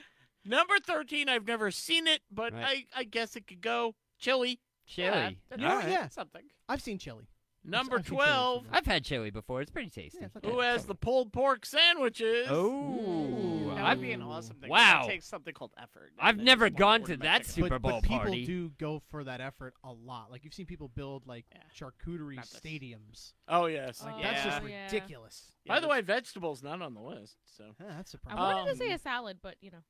E: Number 13, I've never seen it, but
F: Right.
E: I, I guess it could go. Chili.
F: chili.
I: Yeah,
C: You know what?
I: alright,
C: Yeah.
I: Something.
C: I've seen chili.
E: Number
C: I've seen chili
E: 12,
C: before.
F: I've had chili before. It's pretty tasty.
C: Yeah, it's not
E: who has the pulled pork sandwiches?
F: Oh.
C: Ooh.
I: That
F: I've,
I: would be an awesome thing.
F: Wow.
I: It takes something called effort. and
F: I've
I: then
F: never
I: it's
F: gone
I: one
F: to
I: of my
F: that
I: chicken
F: super
C: but,
F: bowl
C: but people
F: party.
C: do go for that effort a lot. Like you've seen people build like
I: Yeah.
C: charcuterie
I: Not this.
C: stadiums.
E: Oh, yes.
A: Oh,
C: Like that's just
A: yeah.
C: ridiculous.
E: By the way, vegetables not on the list. So
C: Huh, that's
A: I
C: surprising.
A: wanted to
E: Um,
A: say a salad, but you know.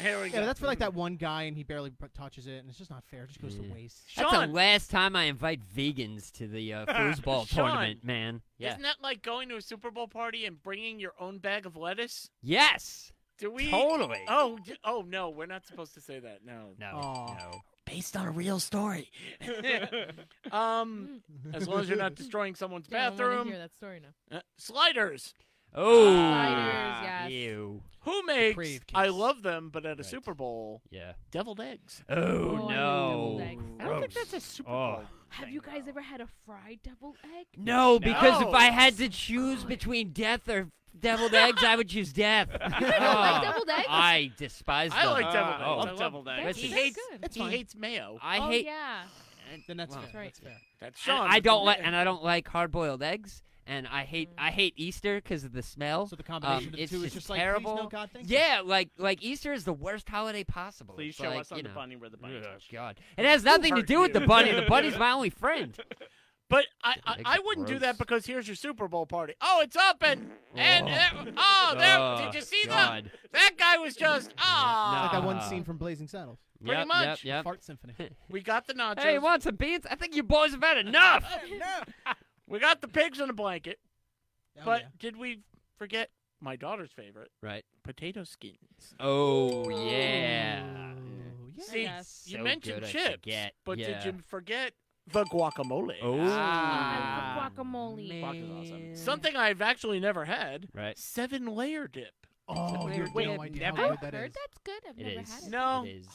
E: here we
C: yeah,
E: go.
C: but that's for like that one guy and he barely b- touches it, and it's just not fair. It just goes
F: Yeah.
C: to waste.
F: That's
E: Sean,
F: the last time I invite vegans to the uh, foosball
E: Sean.
F: tournament, man. Yeah.
E: isn't that like going to a Super Bowl party and bringing your own bag of lettuce?
F: Yes.
E: Do we?
F: Totally.
E: Oh, d- oh no, we're not supposed to say that. No.
F: No.
C: Aw.
F: No.
E: Based on a real story. um, as long as you're not destroying someone's
A: Yeah, I don't wanna
E: bathroom.
A: hear that story now.
E: Uh, sliders.
F: Oh.
A: Sliders, yes.
F: Ew.
E: Who makes?
C: crave
E: I
C: kiss.
E: love them, but at a
F: Right.
E: Super Bowl,
F: Yeah.
E: deviled eggs.
F: Oh,
A: Oh, I love
F: no.
A: deviled eggs.
I: I don't think that's a
F: Gross.
I: Super
F: Oh.
I: Bowl.
A: Have
I: thing,
A: you guys
I: though.
A: ever had a fried double egg?
F: No, because if
E: No.
F: I had to choose between death or deviled eggs, I would choose death.
A: don't like
F: Oh,
A: deviled eggs?
F: I despise
E: I
F: them.
E: like
I: Ah,
E: deviled eggs.
F: I
E: I
F: love
E: love
I: deviled eggs.
A: That's
E: He
A: not
E: hates.
A: good.
E: he hates mayo.
F: I
A: oh,
F: hate.
A: yeah.
C: Then that's
F: Wow.
C: fair.
A: That's right.
C: That's fair.
E: That's
F: and
E: Sean. with
F: I
E: the
F: don't like,
E: mayo.
F: and I don't like hard-boiled eggs, and I hate.
A: Mm.
F: I hate Easter because of the smell.
C: So the combination of the
F: Um, it's
C: two is
F: just
C: just like
F: terrible.
C: Please, no, God, thank you.
F: yeah, like like Easter is the worst holiday possible.
I: Please
F: It's
I: show
F: like,
I: us on
F: you
I: the
F: know,
I: bunny where the bunny.
F: ugh,
I: touched.
F: God, it has nothing to
I: hurt
F: do with the
I: you?
F: bunny. The bunny's my only friend.
E: But I, I,
F: Eggs
E: I
F: are
E: wouldn't do
F: gross.
E: that because here's your Super Bowl party. Oh, it's up and and oh, oh there. did you see that?
F: God.
E: That guy was just
C: It's
E: ah.
C: like that one
F: Ah.
C: scene from Blazing Saddles.
E: Pretty
F: Yep,
E: much.
F: Yep, yep.
C: Fart Symphony.
E: We got the nachos.
F: Hey, want some beans? I think you boys have had enough.
E: We got the pigs in a blanket.
C: Oh,
E: but
C: yeah.
E: did we forget my daughter's favorite
F: Right.
E: potato skins?
F: Oh yeah.
C: Oh, yeah.
E: See,
A: Yes.
E: you
F: So
E: mentioned
F: good, I
E: chips,
F: forget.
E: but
F: Yeah. Oh.
E: did you forget the guacamole? Ah.
A: I love guacamole.
I: Guacamole's awesome.
E: Something I've actually never had.
F: Right.
E: Seven layer dip.
C: Oh, you have
F: Wait,
C: no idea
F: never-
C: how
A: I've
C: good Oh, that
A: heard
C: is.
A: that's good. I've
F: It
A: never
F: is.
A: had it.
E: No.
F: It is.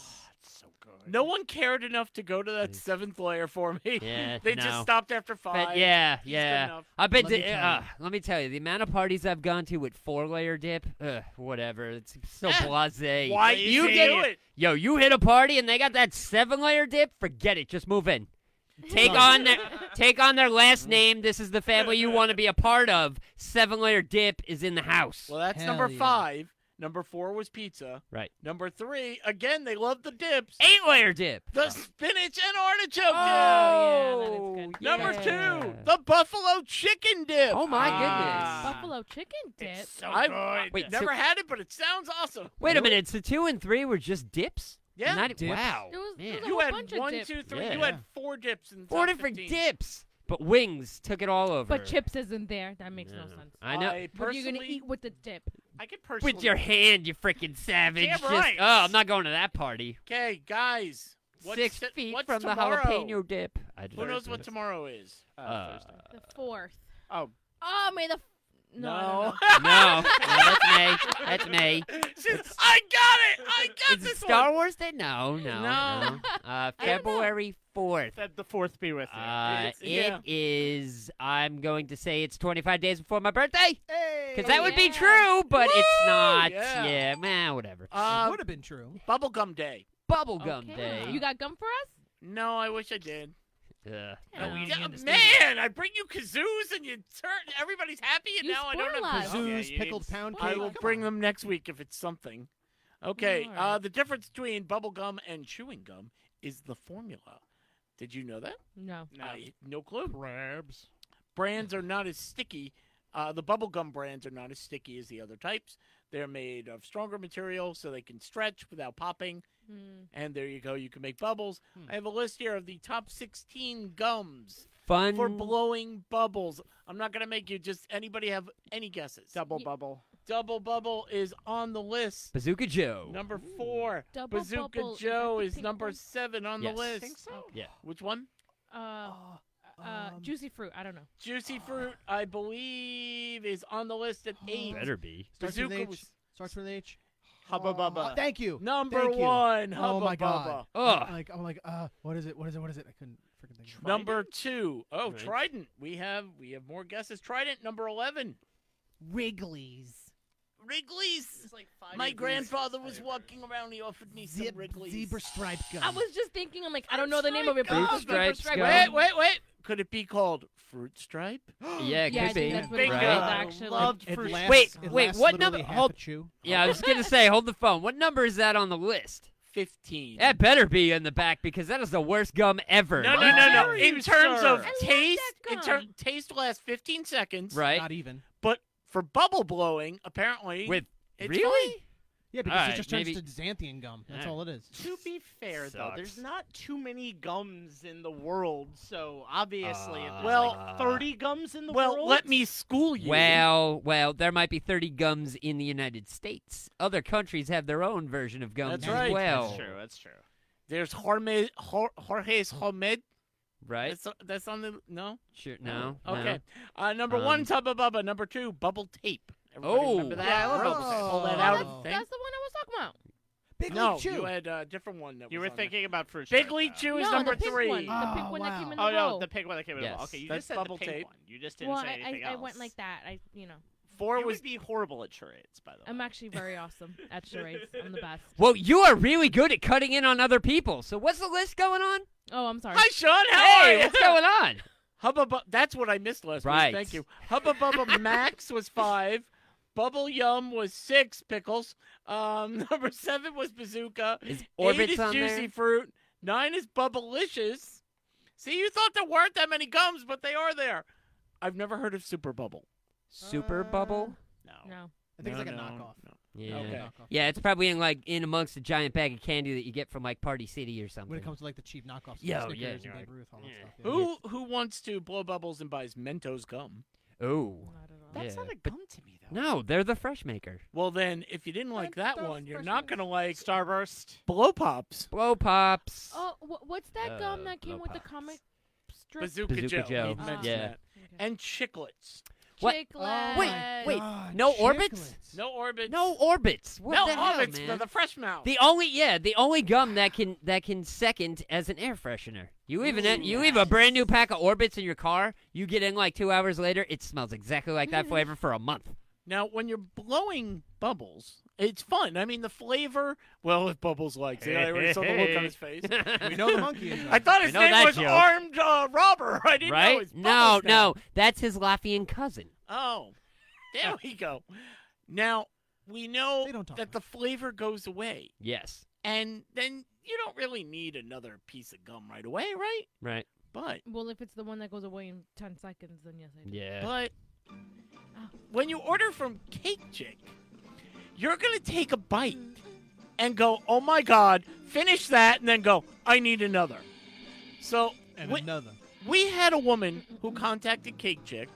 I: It's so good.
E: No one cared enough to go to that
F: Yes.
E: seventh layer for me.
F: Yeah,
E: they
F: no.
E: just stopped after five.
F: But yeah,
E: It's good
F: yeah.
E: enough.
F: I bet.
C: Let me
F: the,
C: tell you.
F: uh, let me tell you, the amount of parties I've gone to with four layer dip, ugh, whatever. It's so
E: Eh,
F: blasé.
E: Why
F: you
E: you
F: get
E: do it?
F: Yo, you hit a party and they got that seven layer dip. Forget it. Just move in. Take on their take on their last name. This is the family you want to be a part of. Seven layer dip is in the house.
E: Well, that's
C: Hell
E: number
C: yeah.
E: five. Number four was pizza.
F: Right.
E: Number three, again, they love the dips.
F: Eight layer dip. Oh,
E: The spinach and artichoke
A: Oh, yeah, that is
E: dip.
A: good.
E: Number
F: yeah.
E: two, the buffalo chicken dip.
F: Oh my
I: Ah.
F: goodness.
A: Buffalo chicken dip.
I: It's so
E: I've
I: good.
F: Wait,
E: never
F: so-
E: had it, but it sounds awesome.
F: Wait a minute. So two and three were just dips.
E: Yeah.
F: Not, e-
C: Dips.
F: Wow.
A: There was- there
F: man.
A: was a
E: You
A: whole
E: had
A: bunch of
E: one,
A: dips.
E: two, three. You
F: Yeah.
E: had four dips in the
F: Four
E: top
F: different
E: 15.
F: dips, but wings took it all over.
A: But chips isn't there. That makes no, sense.
F: I
E: I
F: know.
A: What are you
E: personally,
A: gonna eat with the dip?
E: I could personally.
F: With your hand, you freaking savage.
E: Damn
F: Just-
E: right.
F: oh, I'm not going to that party.
E: Okay, guys. What's
F: Six
E: th-
F: feet
E: what's
F: from
E: tomorrow?
F: the jalapeno dip. I don't
E: Who knows
F: know.
E: what tomorrow is?
F: Uh,
A: The fourth.
I: Oh.
A: Oh, may the. F- no. I don't know.
F: no, no, that's me. That's me.
E: She's- I got it. I got
F: Is it
E: this
F: Star
E: one.
F: Wars Day? No,
E: No.
F: no, no. Uh,
A: know.
F: February fourth.
I: Feb the fourth be with you.
F: Uh,
E: It's-
F: it
E: yeah.
F: is- I'm going to say it's 25 days before my birthday, because that would be
A: Yeah.
F: true, but it's
E: Woo!
F: not.
E: Yeah.
F: Yeah, meh, whatever.
E: Uh,
C: would have been true.
E: bubblegum day.
F: Bubblegum
A: Okay.
F: day.
A: You got gum for us?
E: No, I wish I did.
F: Ugh.
A: Yeah.
E: Yeah,
A: eating
E: man, I bring you kazoos and you turn. Everybody's happy, and
A: You
E: now I don't
A: spoil
E: have
A: us.
E: kazoos.
I: Yeah,
C: Zoos,
I: you
C: pickled
I: need-
C: pound cake.
E: I will
C: Come
E: bring
C: on.
E: them next week if it's something. Okay.
A: All
E: Uh,
A: right.
E: the difference between bubblegum and chewing gum is the formula. Did you know that?
A: No.
I: No.
E: I, no clue.
C: Crabs.
E: Brands are not as sticky. Uh, the bubblegum brands are not as sticky as the other types. They're made of stronger material so they can stretch without popping.
A: Mm.
E: And there you go. You can make bubbles.
I: Hmm.
E: I have a list here of the top 16 gums
F: Fun.
E: for blowing bubbles. I'm not going to make you just anybody have any guesses.
I: Double
A: Ye-
I: bubble.
E: Double bubble is on the list.
F: Bazooka Joe.
E: Number four,
A: Double
E: Bazooka
A: Bubble, is that
E: Joe
A: the
E: is
A: pink
E: number
A: one?
E: seven on
F: Yes.
E: the list.
I: Think so?
F: Yeah.
E: Which one?
A: Uh, uh,
C: um,
A: juicy fruit. I don't know.
E: Juicy Fruit, I believe, is on the list at eight.
F: Better be.
C: Starts with
E: Bazooka
C: an H.
E: was-
C: Starts with an H.
E: Hubba Bubba.
C: Oh, thank you.
E: Number
C: Thank you.
E: one, Hubba
C: Oh my
E: Bubba.
C: god.
F: Ugh.
C: I'm like I'm like uh what is it? What is it? What is it? I couldn't freaking think. of it.
E: Number two. Oh,
F: Right.
E: Trident. We have we have more guesses. Trident number eleven.
B: Wrigley's.
E: Wrigley's.
I: It's like five
E: My
I: years
E: grandfather
I: ago.
E: was walking around. He offered me some
B: Zeb-
E: Wrigley's.
B: zebra stripe gum.
A: I was just thinking, I'm like, I don't know the name of it.
F: Fruit
A: but-
F: Stripes
A: Stripe-
F: gum.
E: Wait, wait, wait. Could it be called Fruit Stripe?
F: Yeah, it
A: Yeah, I
F: could
A: think
F: be.
A: that's what
E: Bingo.
A: it
F: right?
A: is, actually.
I: Loved
C: It
I: fruit.
C: lasts-
F: Wait,
C: it
F: wait,
C: lasts
F: what
C: literally
F: number-
C: half
F: hold-
C: a chew.
F: Yeah, I was gonna say, hold the phone. What number is that on the list?
E: Fifteen.
F: That better be in the back because that is the worst gum ever.
E: no, no, no, no.
I: Wow.
E: In terms of
I: I love
A: that
E: taste, in ter-
A: gum.
E: taste lasts fifteen seconds.
F: Right?
C: Not even.
E: But for bubble blowing, apparently,
F: With
E: it's
F: really?
E: fine.
C: Yeah, because
F: Alright,
C: it just turns
F: maybe-
C: to xanthian gum.
F: Alright.
C: That's all it is.
I: To be fair, though, there's
F: Sucks.
I: not too many gums in the world, so obviously, if there's
F: Uh,
I: like 30 gums in the
E: well,
I: world.
E: let me school you.
F: Well, well, there might be 30 gums in the United States. Other countries have their own version of gums
E: That's
F: as
E: right.
F: well.
I: That's true. That's true.
E: there's Jorge, Jor- Jorge's Homed.
F: Right?
E: That's, that's on the no.
F: Sure. No.
E: Okay. Uh, number one,
F: Um,
E: Tubba Bubba. Number two, Bubble Tape. Everybody remember
F: Oh.
E: that?
I: Yeah, I love
E: Gross.
I: Bubble Tape.
E: Pull that
A: Oh,
E: out.
A: that's,
E: and
A: that's the one I was talking about.
E: think.
C: Big
E: no,
C: League Chew.
E: you had a different one. That
I: You
E: was
I: were
E: on
I: thinking about fruit.
E: There. Big
I: stripe,
E: League
I: though.
E: Chew is
A: no,
E: number
A: the pink
E: three.
A: One, the
C: Oh,
A: pink one that
C: wow.
A: came in the
I: Oh
A: roll.
I: no, the pink one that came in.
F: Yes.
I: Yes. Okay, you
E: That's
I: just said
E: bubble
I: the pink
E: tape.
I: one. You just didn't
A: well,
I: say
A: I,
I: anything
A: I, I
I: else.
A: went like that. I, you know,
E: Four
I: you
E: was
I: would be horrible at charades, by the way.
A: I'm actually very awesome at charades. I'm the best.
F: Well, you are really good at cutting in on other people. So what's the list going on?
A: Oh, I'm sorry.
E: Hi, Sean. How
F: hey,
E: are you?
F: what's going on?
E: Hubba bu- That's what I missed last
F: Right.
E: week. Thank you. Hubba Bubba Max was five. Bubble Yum was six pickles. Um, number seven was Bazooka.
F: Is
E: Eight
F: Orbit's
E: is
F: on
E: Juicy
F: there?
E: Fruit. Nine is Bubblicious. See, you thought there weren't that many gums, but they are there. I've never heard of Super Bubble.
F: Super Bubble?
E: No.
A: No.
C: I think it's like a
E: No, no,
C: knockoff.
E: no.
F: Yeah.
E: Uh, Okay.
C: Knockoff.
F: Yeah, it's probably in like in amongst a giant bag of candy that you get from like Party City or something.
C: When it comes to like the cheap knockoffs, like
F: Yo, yeah,
C: Snickers
F: you're
C: and
F: right.
C: Babe Ruth, all that
F: Yeah.
C: stuff. yeah.
E: Who who wants to blow bubbles and buys Mentos gum?
F: oh.
A: Not at all.
I: That's
F: Yeah,
I: not a
F: but-
I: gum to me, though.
F: No, they're the fresh maker.
E: Well, then, if you didn't like that one, you're not gonna like
I: Starburst.
E: Blow Pops.
F: Blow pops.
A: Oh, wh- what's that
F: Uh,
A: gum that came
F: no
A: with the
F: pops.
A: comic strip?
E: Bazooka,
F: Bazooka
E: Joe.
F: Joe. Ah.
E: He mentioned
A: Yeah.
E: that. And chiclets.
F: What?
A: Chiclets.
F: Oh. Wait, wait.
C: God,
F: no
C: Ah, chiclets.
F: orbits?
E: No orbits.
F: No orbits. What
E: no
F: the hell,
E: orbits
F: man?
E: for the fresh mouth.
F: The only yeah, the only gum that can that can second as an air freshener. You even
E: Ooh,
F: you leave a brand new pack of Orbits in your car. You get in like two hours later, it smells exactly like
E: Mm-hmm.
F: that flavor for a month.
E: now, when you're blowing bubbles, it's fun. I mean, the flavor. Well, if bubbles likes it, I already saw the look on his face.
C: We know the monkey is.
E: I thought
F: I
E: his
F: know
E: name
F: that
E: was
F: joke.
E: Armed uh, Robber. I didn't know.
F: right?
E: It's
F: No,
E: Bubbles now.
F: no, that's his Lafayette cousin.
E: Oh, there we go. Now we know
C: They don't talk
E: that the flavor goes away,
F: Yes,
E: and then you don't really need another piece of gum right away, right?
F: right.
E: But
A: Well, if it's the one that goes away in 10 seconds, then yes, I do.
F: Yeah.
E: But uh, when you order from Cake Chick, you're going to take a bite and go, oh my God, finish that, and then go, I need another. So
C: and
E: we,
C: another.
E: we had a woman who contacted Cake Chick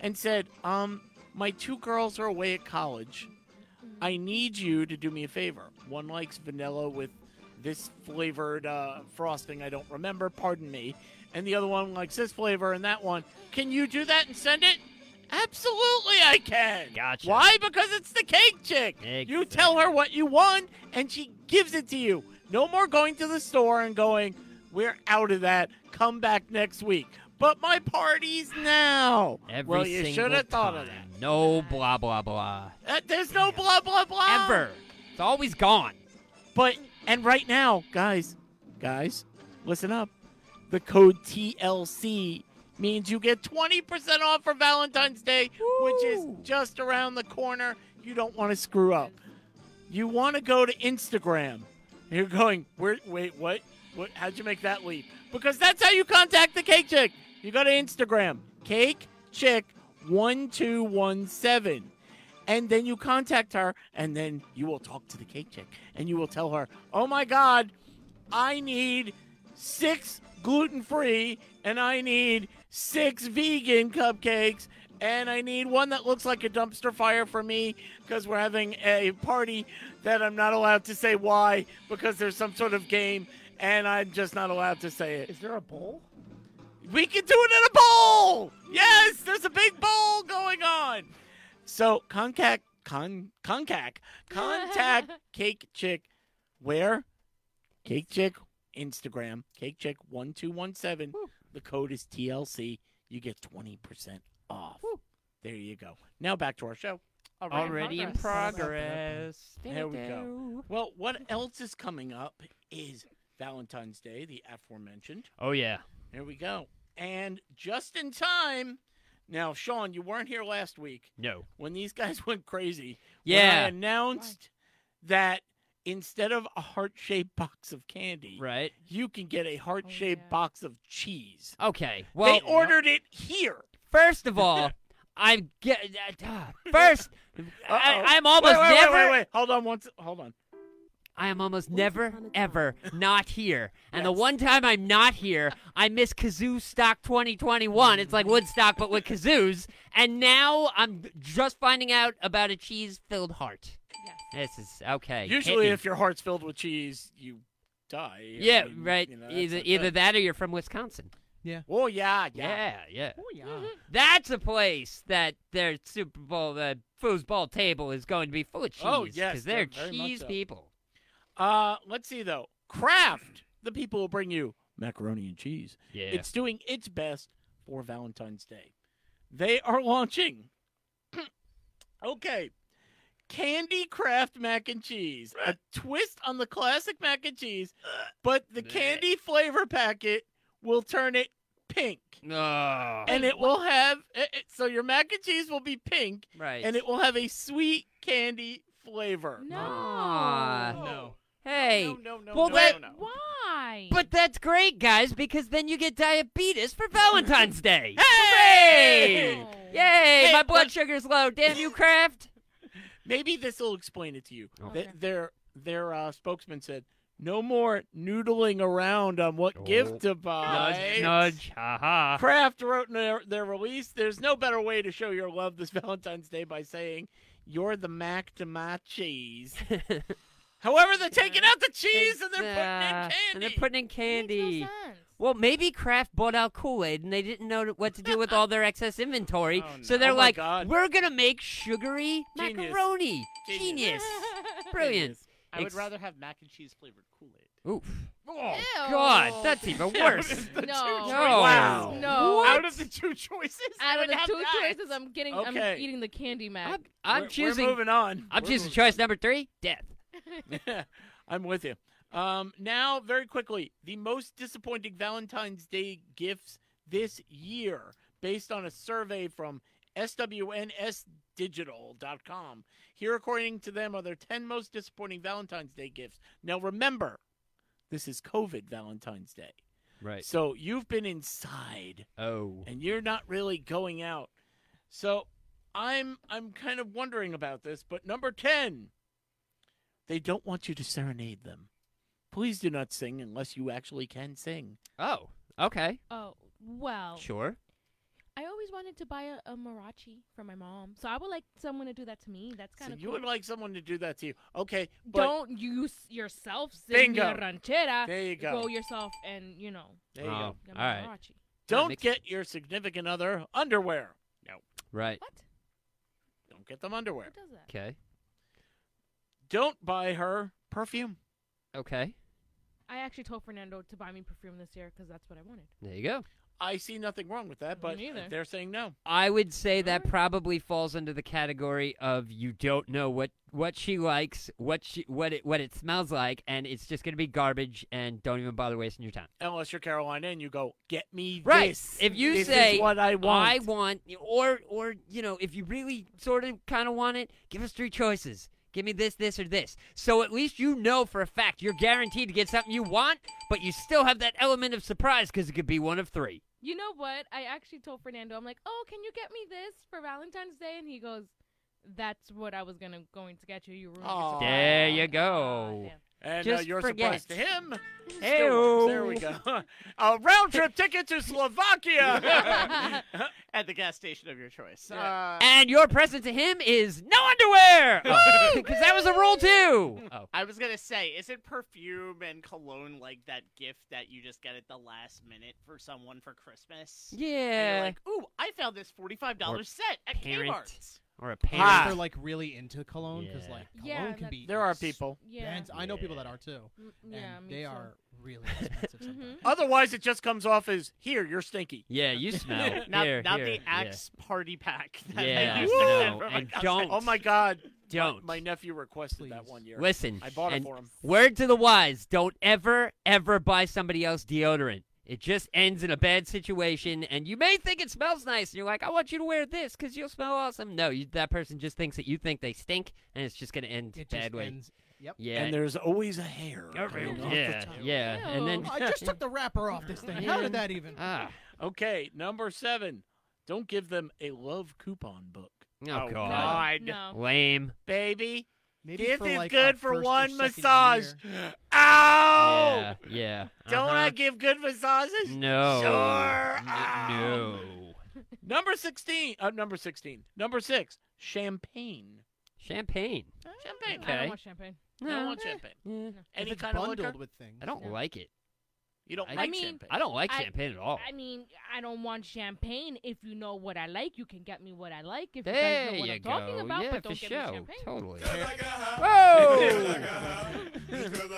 E: and said, um, my two girls are away at college. I need you to do me a favor. One likes vanilla with this flavored uh, frosting, I don't remember, pardon me. And the other one likes this flavor and that one. Can you do that and send it? Absolutely, I can.
F: Gotcha.
E: Why? Because it's the cake chick. You tell her what you want, and she gives it to you. No more going to the store and going, we're out of that. Come back next week. But my party's now.
F: Every
E: well, you
F: single
E: should have thought of that.
F: time. No blah blah blah.
E: Uh, there's no blah blah blah.
F: Ever. It's always gone.
E: But and right now, guys, guys, listen up. The code TLC means you get 20% off for Valentine's Day, which is just around the corner. You don't want to screw up. You want to go to Instagram. You're going, where, wait, what? what? How'd you make that leap? Because that's how you contact the Cake Chick. You go to Instagram, Cake Chick 1217 and then you contact her and then you will talk to the cake chick and you will tell her oh my god i need six gluten-free and i need six vegan cupcakes and i need one that looks like a dumpster fire for me because we're having a party that i'm not allowed to say why because there's some sort of game and i'm just not allowed to say it
I: Is there a bowl?
E: we can do it in a bowl. Yes, there's a big bowl going on. So contact con concac contact cake chick where cake chick Instagram cake chick one two one seven.
F: Woo.
E: The code is TLC. You get twenty percent off. There you go. Now back to our show.
F: Already in progress.
E: There we go. Well, what else is coming up is Valentine's Day, the aforementioned.
F: Oh yeah.
E: There we go. And just in time. Now, Sean, you weren't here last week
F: No.
E: when these guys went crazy. When I
F: Yeah.
E: announced that instead of a heart shaped box of candy,
F: Right.
E: you can get a heart shaped
A: yeah.
E: box of cheese.
F: Okay. Well,
E: they ordered it here.
F: first of all, I get uh, first. I,
E: Uh-oh.
F: I'm almost
E: wait, wait,
F: never.
E: Wait, wait, wait. Hold on once. Hold on.
F: I am almost
D: Once
F: never,
D: upon a time.
F: ever not here. And the
E: Yes.
F: one time I'm not here, I miss Kazoo Stock 2021. It's like Woodstock, but with kazoos. And now I'm just finding out about a cheese filled heart.
A: Yes.
F: This is okay. hit
E: Usually,
F: me.
E: if your heart's filled with cheese, you die. I
F: yeah,
E: mean,
F: right.
E: you know, that's
F: either
E: not
F: either
E: good.
F: that or you're from Wisconsin.
E: Oh, yeah, yeah.
F: Yeah, yeah.
B: Oh yeah.
F: That's a place that their Super Bowl uh, foosball table is going to be full of cheese.
E: Oh, yes,
F: because they're
E: very much
F: cheese
E: so.
F: people.
E: Uh, let's see though. Kraft, the people who bring you macaroni and cheese,
F: Yeah.
E: it's doing its best for Valentine's Day. They are launching. okay. Candy Kraft mac and cheese, a twist on the classic mac and cheese, but the candy flavor packet will turn it pink.
F: oh,
E: uh, And it will have it- it- so your mac and cheese will be pink
F: right.
E: and it will have a sweet candy flavor.
A: No.
F: Aw.
E: Uh, No.
F: hey.
I: No, no, no,
F: well,
I: no,
F: that-
I: no, no.
A: Why?
F: But that's great, guys, because then you get diabetes for Valentine's Day.
E: Hey!
A: No.
F: Yay!
E: Hey,
F: my blood
E: but-
F: sugar's low. Damn you, Kraft.
E: Maybe this will explain it to you.
A: Okay.
E: Th- their their uh, spokesman said, "No more noodling around on what gift to buy."
F: Nudge, nudge, haha.
E: Kraft wrote in their, their release, "There's no better way to show your love this Valentine's Day by saying." You're the mac to my cheese. However, they're taking out the cheese and they're putting in
F: Uh,
E: candy.
F: And they're putting in
A: Makes
F: candy.
A: no sense.
F: well, maybe Kraft bought out Kool Aid and they didn't know what to do with all their excess inventory.
E: Oh,
F: So
E: no.
F: they're
E: Oh, my
F: like,
E: God.
F: we're going to make sugary
E: Genius.
F: macaroni.
E: Genius.
F: Genius. Brilliant.
I: I would
F: Ex-
I: rather have mac and cheese flavored Kool Aid.
F: Oof. Oh,
A: Ew.
F: God. That's even worse.
A: no.
F: No.
E: Wow.
A: No.
I: Out of the two choices, I
A: Out of
I: would
A: the
I: have
A: two
I: that.
A: choices, I'm getting.
E: Okay.
A: I'm eating the candy mac.
F: I'm, I'm
E: We're-
F: choosing.
E: We're moving on.
F: I'm
E: We're
F: choosing
E: moving
F: choice number three death.
E: I'm with you. Um, now, very quickly, the most disappointing Valentine's Day gifts this year, based on a survey from SWNSdigital.com. Here, according to them, are their 10 most disappointing Valentine's Day gifts. Now, remember, this is COVID Valentine's Day.
F: Right.
E: So you've been inside
F: Oh.
E: and you're not really going out. So I'm I'm kind of wondering about this, but number 10, they don't want you to serenade them. Please do not sing unless you actually can sing.
F: Oh. Okay.
A: oh well.
F: Sure.
A: I always wanted to buy a, a Marachi for my mom, so I would like someone to do that to me. That's kind
E: So
A: of
E: you
A: cool.
E: would like someone to do that to you. Okay, but
A: Don't use yourself,
E: Bingo.
A: Senor Ranchera.
E: there you go.
A: Go yourself and you know.
E: There you
F: Oh.
E: go.
A: get
F: All
A: my
F: right.
A: Marachi.
E: Don't
F: makes-
E: get your significant other underwear.
F: Right.
A: What?
E: Don't get them underwear.
A: Who does that?
F: Okay.
E: Don't buy her perfume.
F: Okay.
A: I actually told Fernando to buy me perfume this year because that's what I wanted.
F: There you go.
E: I see nothing wrong with that, but
A: Me neither.
E: they're saying no.
F: I would say
A: All
F: that
A: right.
F: probably falls under the category of you don't know what what she likes, what she what it what it smells like, and it's just gonna be garbage, and don't even bother wasting your time.
E: Unless you're Carolina and you go, get me
F: Right.
E: this.
F: If you
E: This is
F: say,
E: what I want.
F: I want, or or you know, if you really sort of kind of want it, give us three choices. Give me this, this, or this. So at least you know for a fact you're guaranteed to get something you want, but you still have that element of surprise because it could be one of three.
A: You know what? I actually told Fernando, I'm like, oh, can you get me this for Valentine's Day? And he goes, that's what I was gonna going to get you. You ruined your
E: Aw.
A: surprise."
F: There you
A: Ah,
F: go.
A: damn.
E: And uh,
F: Just
E: your
F: forget.
E: surprise to him. still
F: Hey-o.
E: works. There we go. a round trip ticket to Slovakia.
I: at the gas station of your choice. Uh,
F: And your present to him is no underwear, because that was a rule too. Oh,
I: I was gonna say, isn't perfume and cologne like that gift that you just get at the last minute for someone for Christmas? And you're
F: yeah.
I: like, ooh, I found this forty-five dollars set at
F: parent.
I: Kmart.
F: or a
C: Unless
F: pan.
C: they're like really into cologne because
F: Yeah.
C: like cologne
A: Yeah,
C: can
A: that's-
C: be.
E: There are people.
A: Yeah.
C: expensive. I know people that
F: Yeah. Mm-hmm.
C: are too.
A: Mm,
C: And
A: yeah, me
C: they
A: too.
C: are really expensive. sometimes.
A: Mhm.
E: Otherwise, it just comes off as here, you're stinky.
F: Yeah, you smell.
I: Not,
F: Here,
I: not
F: here,
I: the Axe party pack. That
F: Yeah,
I: I used to
F: no,
I: have for my
F: and
I: cousin.
F: don't.
E: Oh my God!
F: Yeah. Don't.
E: My nephew requested that
C: Please.
E: one year.
F: Listen.
E: I bought it
F: and
E: for him.
F: Word to the wise: Don't ever, ever buy somebody else deodorant. It just ends in a bad situation, and you may think it smells nice, and you're like, "I want you to wear this because you'll smell awesome." No, you, that person just thinks that you think they stink, and it's just going to end
C: It just
F: bad way.
C: ends. Yep.
F: Yeah,
E: And there's always a hair.
F: yeah,
E: coming off the
F: yeah,
E: top.
F: yeah. and then
A: Ew.
C: I just took the wrapper off this thing. How did that even?
F: ah,
E: Okay, number seven. Don't give them a love coupon book.
F: oh,
I: Oh,
A: No,
F: god,
I: God.
A: No.
F: lame.
E: Baby,
C: Maybe
E: this
C: for
E: is
C: like
E: good
C: our
E: for
C: first or
E: one
C: second
E: massage.
C: year.
E: Ow!
F: Yeah, yeah.
E: Don't I
F: uh-huh.
E: give good massages?
F: No.
E: Sure.
F: N-
E: Ow.
F: no.
E: Number 16. Uh, number 16. Number six, champagne.
F: Champagne.
E: Champagne.
A: I
F: Okay.
A: don't want champagne.
E: I don't
F: No.
E: want champagne.
F: Yeah.
C: If
E: Any
C: it's
E: kind of
C: bundled
E: liquor.
C: with things.
F: I don't
A: No.
F: like it.
E: You don't
F: I
E: like
A: mean-
E: champagne.
F: I don't like
A: I-
F: champagne at all.
A: I mean, I don't want champagne. If you know what I like, you can get me what I like. If
F: there
A: you guys know what
F: you
A: I'm
F: go.
A: talking about,
F: yeah,
A: but
F: for
A: don't get me
F: sure.
A: champagne.
F: Totally.
I: Oh!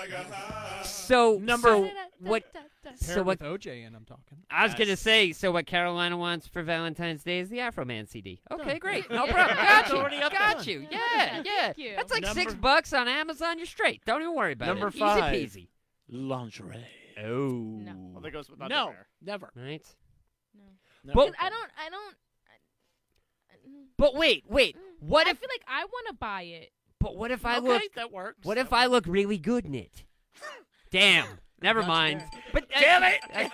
F: so
E: Number-
F: so what?
C: Pair
F: So
C: it
F: what?
C: with OJ and I'm talking.
F: I was gonna
I: Yes.
F: say. So what Carolina wants for Valentine's Day is the Afro Man CD. Okay,
C: Done.
F: great. No
A: Yeah.
F: problem.
A: It's
F: Got you.
E: already up
F: Got
C: there.
F: you.
A: Yeah,
F: Yeah,
A: thank
F: yeah.
A: you.
F: That's like six
E: Number-
F: bucks on Amazon. You're straight. Don't even worry about
E: Number
F: it.
E: five.
F: Easy
E: Lingerie.
F: peasy. Oh.
A: No.
I: Well, that goes with
E: No,
I: underwear.
E: never.
F: Right.
A: No.
E: No.
F: But-
A: 'Cause I don't. I don't. I- mm,
F: But wait, wait.
A: mm.
F: What
A: I
F: if?
A: feel like I want to buy it.
F: But what if I
E: okay,
F: look?
E: that works.
F: What
E: That
F: if I look really good in it? Damn. Never
C: Not
F: mind. But
E: Damn
F: I,
E: it!
F: I,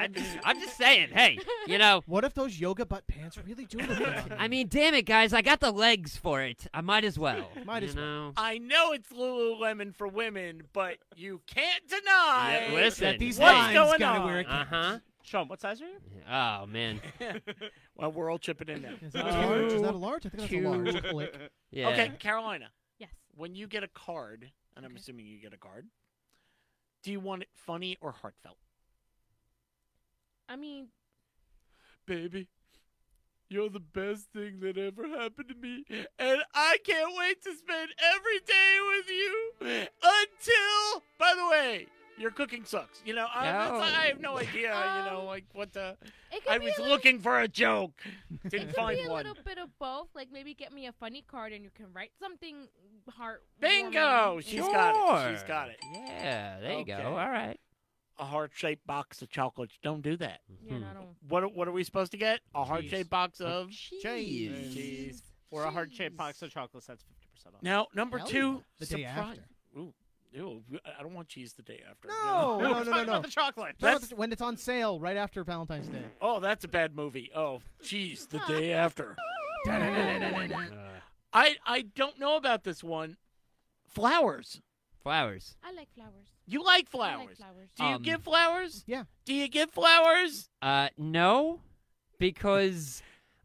F: I, am just, I'm just saying. Hey, you know.
C: What if those yoga butt pants really do look good on
F: I
C: you?
F: mean, damn it, guys. I got the legs for it. I might as well.
C: Might
F: you
C: as well.
F: know?
E: I know it's Lululemon for women, but you can't deny.
F: Yeah, listen.
C: that these
E: What's
C: lines
E: going
C: gotta
E: on?
C: wear a
F: Uh huh.
I: Sean, what size are you?
F: Oh man.
E: well, we're all chipping in now.
C: Is that a large? Is that a large? I think that's a large.
F: Two.
C: Click.
F: Yeah.
E: Okay, Carolina,
A: Yes.
E: when you get a card, and I'm
A: Okay.
E: assuming you get a card, do you want it funny or heartfelt?
A: I mean,
E: Baby, you're the best thing that ever happened to me, and I can't wait to spend every day with you until, by the way, your cooking sucks. You know, I'm, it's like, I have no idea, you know,
A: Um,
E: like what the.
A: it could
E: I
A: be
E: was
A: a little-
E: looking for a joke.
A: It
E: Didn't
A: could be
E: find
A: a
E: one.
A: little bit of both. Like maybe get me a funny card and you can write something heart.
E: Bingo! She's got it. She's
F: Sure.
E: got it.
F: Yeah. There you go.
E: Okay.
F: All right.
E: A heart shaped box of chocolates. Don't do that.
A: Yeah,
F: Hmm.
A: no, I don't.
E: What are- What are we supposed to get? A heart
F: Cheese.
E: shaped box
F: Oh,
E: of.
F: cheese.
E: Cheese.
I: Or a heart shaped box of chocolates. That's 50% off.
E: Now, number
C: Hell
E: two,
C: yeah. The day
E: surprise.
C: after.
E: Ooh, ew, I don't want cheese the day after.
C: No, no, no,
I: We're
C: no,
I: talking
C: no.
I: about the chocolate.
C: No,
E: That's-
C: it's when it's on sale right after Valentine's Day.
E: Oh, that's a bad movie. Oh, cheese the day after.
F: Uh,
E: I I don't know about this one. Flowers.
F: flowers.
A: I like flowers.
E: You like
A: I
E: flowers?
A: like flowers.
E: Do you
F: Um,
E: give flowers?
C: yeah.
E: Do you give flowers?
F: Uh, no, because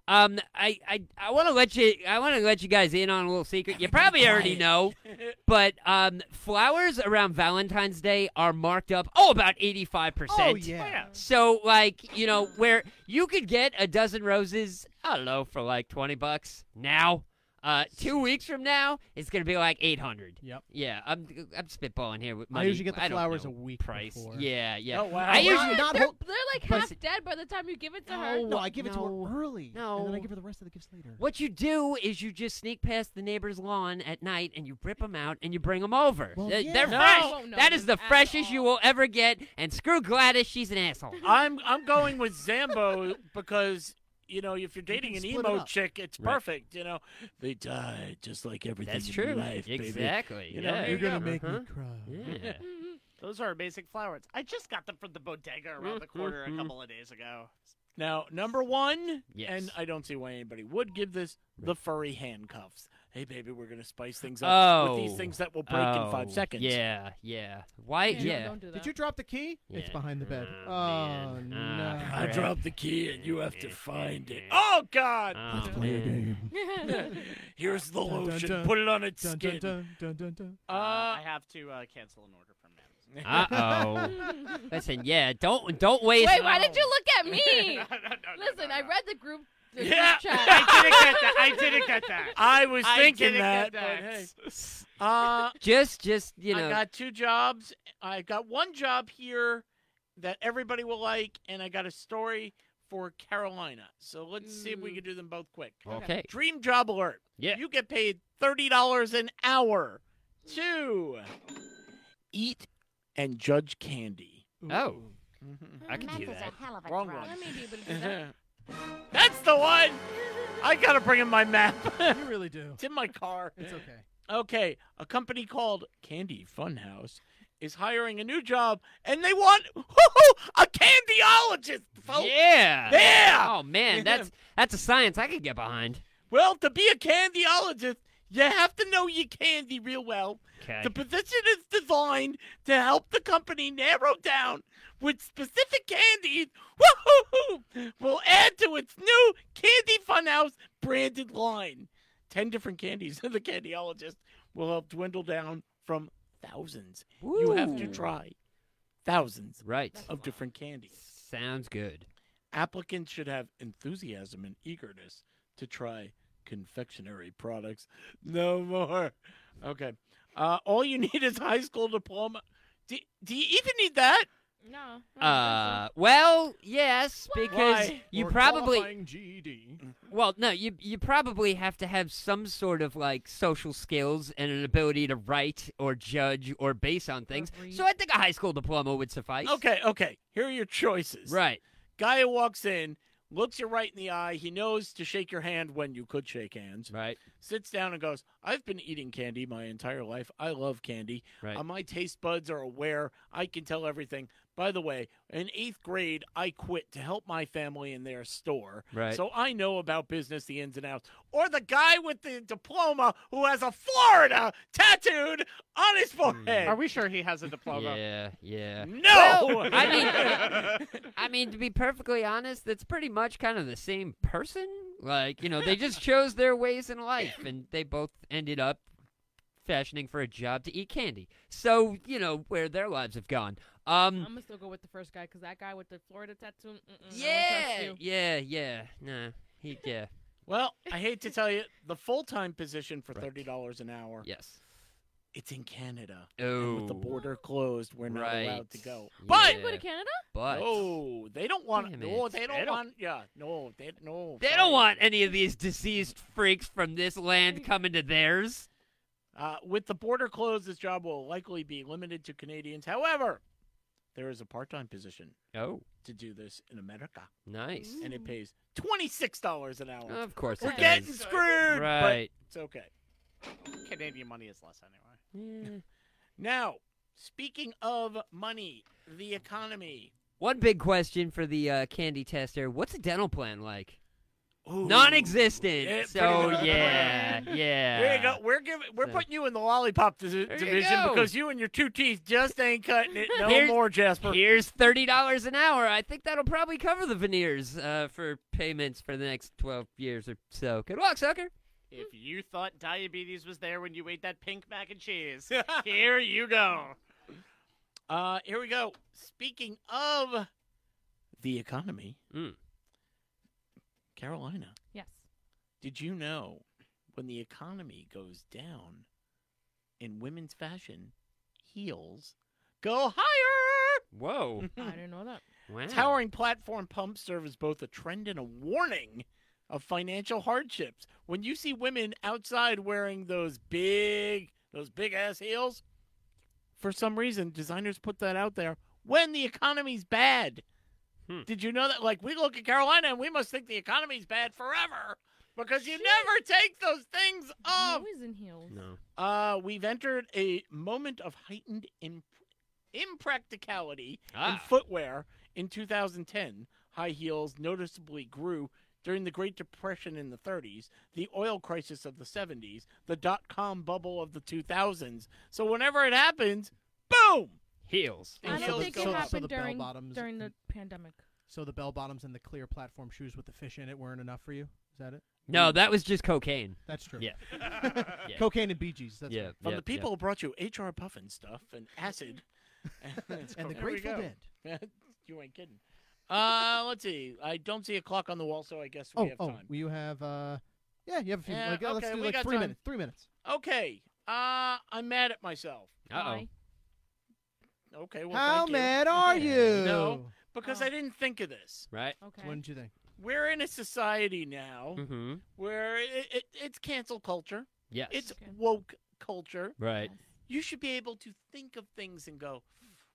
F: um, I I, I want to let you I want to let you guys in on a little secret. You probably already know, but um, flowers around Valentine's Day are marked up oh about eighty five
C: Oh
F: percent.
C: yeah.
F: So like you know where you could get a dozen roses I don't know for like twenty bucks now. Uh, two weeks from now it's gonna be like eight hundred.
C: Yep.
F: Yeah, I'm I'm spitballing here with
C: I
F: money.
C: usually get the
F: don't
C: flowers a
F: know
C: week
F: price.
C: before.
F: Yeah, yeah.
E: Oh wow.
F: I
C: Well,
F: usually
C: not
A: They're,
C: whole-
A: they're like
F: But-
A: half dead by the time you give it to her.
C: No, I give it to
F: no,
C: her early, and then
F: no.
C: I give her the rest of the gifts later.
F: What you do is you just sneak past the neighbor's lawn at night and you rip them out and you bring them over.
C: Well,
F: They-
C: yeah.
F: They're
C: No.
A: I
F: fresh.
A: won't know
F: That is the
A: at
F: freshest you
A: all.
F: will ever get. And screw Gladys, she's an asshole.
E: I'm I'm going with Zambo because you know if you're dating an
C: can split it
E: emo
C: up.
E: chick, it's
F: Right.
E: perfect. You know they die just like everything
F: That's
E: in
F: true.
E: life, baby.
F: exactly.
E: You know,
F: yeah.
E: you're gonna
F: yeah. Uh-huh.
C: cry.
F: Yeah.
A: Mm-hmm.
I: Those are amazing flowers. I just got them from the bodega around the corner a
F: Mhm.
I: couple of days ago.
E: Now number one,
F: Yes.
E: and I don't see why anybody would give this the furry handcuffs. Hey baby, we're gonna spice things up with
F: Oh.
E: these things that will break in five
F: Oh,
E: seconds.
F: Yeah, yeah. Why?
A: Yeah,
F: Yeah.
A: Don't do that.
C: Did you drop the key? It's
F: Yeah.
C: behind the bed.
F: Oh,
C: oh
F: man.
C: no!
F: Ah,
E: I
F: Crap.
E: dropped the key and you have to find it. Oh God!
F: Oh,
C: Let's play a
F: man.
C: game.
E: Here's the
C: Dun, dun,
E: lotion.
C: dun.
E: Put it on its
C: Dun,
E: skin.
C: dun, dun, dun, dun, dun.
I: Uh, I have to uh, cancel an order from Amazon.
F: Uh oh. Listen, yeah, don't don't waste.
A: Wait, why did you look at me?
I: No, no, no, no,
A: Listen,
I: no,
A: I
I: no.
A: read the group the
E: Yeah.
A: group chat.
I: I didn't get that. I didn't get that.
E: I was
I: I
E: thinking
I: didn't
E: that.
I: get
E: but
I: that.
E: hey. Uh,
F: Just, just you know,
E: I got two jobs. I got one job here that everybody will like, and I got a story for Carolina. So let's see if we
F: Mm.
A: Ooh.
E: can do them both quick.
F: okay.
E: Dream job alert.
F: Yeah.
E: You get paid $30 an hour to eat and judge candy.
F: Oh, I
H: Mac
F: can do
H: is
F: that.
H: a hell of a
E: Wrong
H: drunk.
E: one.
A: I may be able to do that.
F: Mm-hmm.
E: That's the one. I got to bring in my map.
C: You really do.
E: it's in my car.
C: It's okay.
E: Okay, a company called Candy Funhouse is hiring a new job, and they want a candyologist, folks.
F: Yeah.
E: Yeah.
F: Oh man, that's that's a science I could get behind.
E: Well, to be a candyologist, you have to know your candy real well.
F: Okay.
E: The position is designed to help the company narrow down which specific candies woohoo, will add to its new Candy Funhouse branded line. Ten different candies the candyologist will help dwindle down from thousands. You have to
F: Ooh.
E: try thousands
F: Right.
E: of different candies.
F: Sounds good.
E: Applicants should have enthusiasm and eagerness to try confectionery products. No more. Okay. Uh, all you need is high school diploma. Do, do you even need that?
A: No. I don't think so.
F: Uh, well, yes, because
E: Why?
F: you
C: Or
F: probably
C: qualifying E GED.
F: Well, no, you you probably have to have some sort of like social skills and an ability to write or judge or base on things. So I think a high school diploma would suffice.
E: Okay, okay. Here are your choices.
F: Right.
E: Guy who walks in, looks you right in the eye. He knows to shake your hand when you could shake hands.
F: Right.
E: Sits down and goes, I've been eating candy my entire life. I love candy.
F: Right.
E: Uh, my taste buds are aware. I can tell everything. By the way, in eighth grade, I quit to help my family in their store.
F: Right.
E: So I know about business, the ins and outs. Or the guy with the diploma who has a Florida tattooed on his
F: Hmm.
E: forehead.
I: Are we sure he has a diploma?
F: yeah, yeah.
E: No!
F: Well, I I mean, to be perfectly honest, that's pretty much kind of the same person. Like, you know, they just chose their ways in life and they both ended up fashioning for a job to eat candy. So, you know, where their lives have gone. Um
A: I'm gonna still go with the first guy because that guy with the Florida tattoo. Mm-mm, I
F: Yeah,
A: won't trust you.
F: yeah, yeah. Nah, he yeah,
E: Well, I hate to tell you, the full time position for
F: Right.
E: thirty dollars an hour.
F: yes.
E: It's in Canada.
F: Oh,
E: And with the border closed, we're not allowed to
F: right.
E: go.
F: Yeah,
E: But
A: Go to Canada.
F: but
E: no, they don't want.
F: Damn
E: No,
F: it.
E: they don't
I: don't-
E: want. Yeah, no, they no.
F: they
E: sorry.
F: don't want any of these deceased freaks from this land coming to theirs.
E: Uh, with the border closed, this job will likely be limited to Canadians. However, there is a part time position
F: Oh,
E: to do this in America,
F: nice.
E: and it pays twenty six dollars an hour.
F: Hmm. Of course,
E: we're
F: it
E: getting
F: does.
E: screwed, but
F: right.
E: it's okay.
I: Canadian money is less anyway.
F: Yeah.
E: Now, speaking of money, the economy.
F: One big question for the uh, candy tester: What's a dental plan like?
E: Ooh.
F: Non-existent.
E: Yeah, pretty
F: so
E: much.
F: yeah, yeah.
E: There you go. We're giving. We're
F: So-
E: putting you in the lollipop dis-
F: you
E: division
F: go.
E: because you and your two teeth just ain't cutting it no
F: Here's-
E: more, Jasper.
F: Here's thirty dollars an hour. I think that'll probably cover the veneers uh, for payments for the next twelve years or so. Good luck, sucker.
I: If
E: Hmm.
I: you thought diabetes was there when you ate that pink mac and cheese, here you go.
E: Uh, here we go. Speaking of the economy,
F: Mm.
E: Carolina,
A: Yes.
E: did you know when the economy goes down in women's fashion, heels go higher?
F: Whoa!
A: I didn't know that.
F: Wow.
E: Towering platform pumps serve as both a trend and a warning of financial hardships. When you see women outside wearing those big, those big ass heels, for some reason, designers put that out there when the economy's bad.
F: Hmm.
E: Did you know that? Like, we look at Carolina and we must think the economy's bad forever because you never take those things off.
A: I'm always in heels.
F: No.
E: Uh, we've entered a moment of heightened imp- impracticality in
F: Ah.
E: footwear. In 2010, high heels noticeably grew during the Great Depression in the 30s, the oil crisis of the 70s, the dot com bubble of the 2000s. So whenever it happens, boom!
F: Heels.
A: I
E: And
A: don't
E: so-
A: think
E: so-
A: it
E: so the
A: happened during
C: bell-bottoms
A: during the
C: and-
A: pandemic.
C: So the bell bottoms and the clear platform shoes with the fish in it weren't enough for you? Is that it?
F: No, that was just cocaine.
C: That's true.
F: Yeah.
C: Cocaine and Bee Gees. That's
F: yeah.
C: right.
E: From
F: yeah,
E: the people who brought you H.R. Puffin stuff and acid.
C: And the
E: Here we
C: Grateful
E: go.
C: Dead.
E: you ain't kidding. Uh, let's see. I don't see a clock on the wall, so I guess we
C: Oh,
E: have
C: oh,
E: time.
C: you have. uh Yeah, you have a few.
E: Yeah,
C: like, uh,
E: okay,
C: let's do
E: we
C: like
E: got
C: three
E: time.
C: minutes. Three minutes.
E: Okay. Uh, I'm mad at myself.
F: Uh oh.
A: Why?
E: Okay. Well,
C: How
E: thank you.
C: mad are you?
E: No. Because
A: Oh.
E: I didn't think of this.
F: Right.
A: Okay.
C: What did you think?
E: We're in a society now
F: Mm-hmm.
E: where it, it, it's cancel culture.
F: Yes.
E: It's
A: Okay.
E: woke culture.
F: right.
E: You should be able to think of things and go,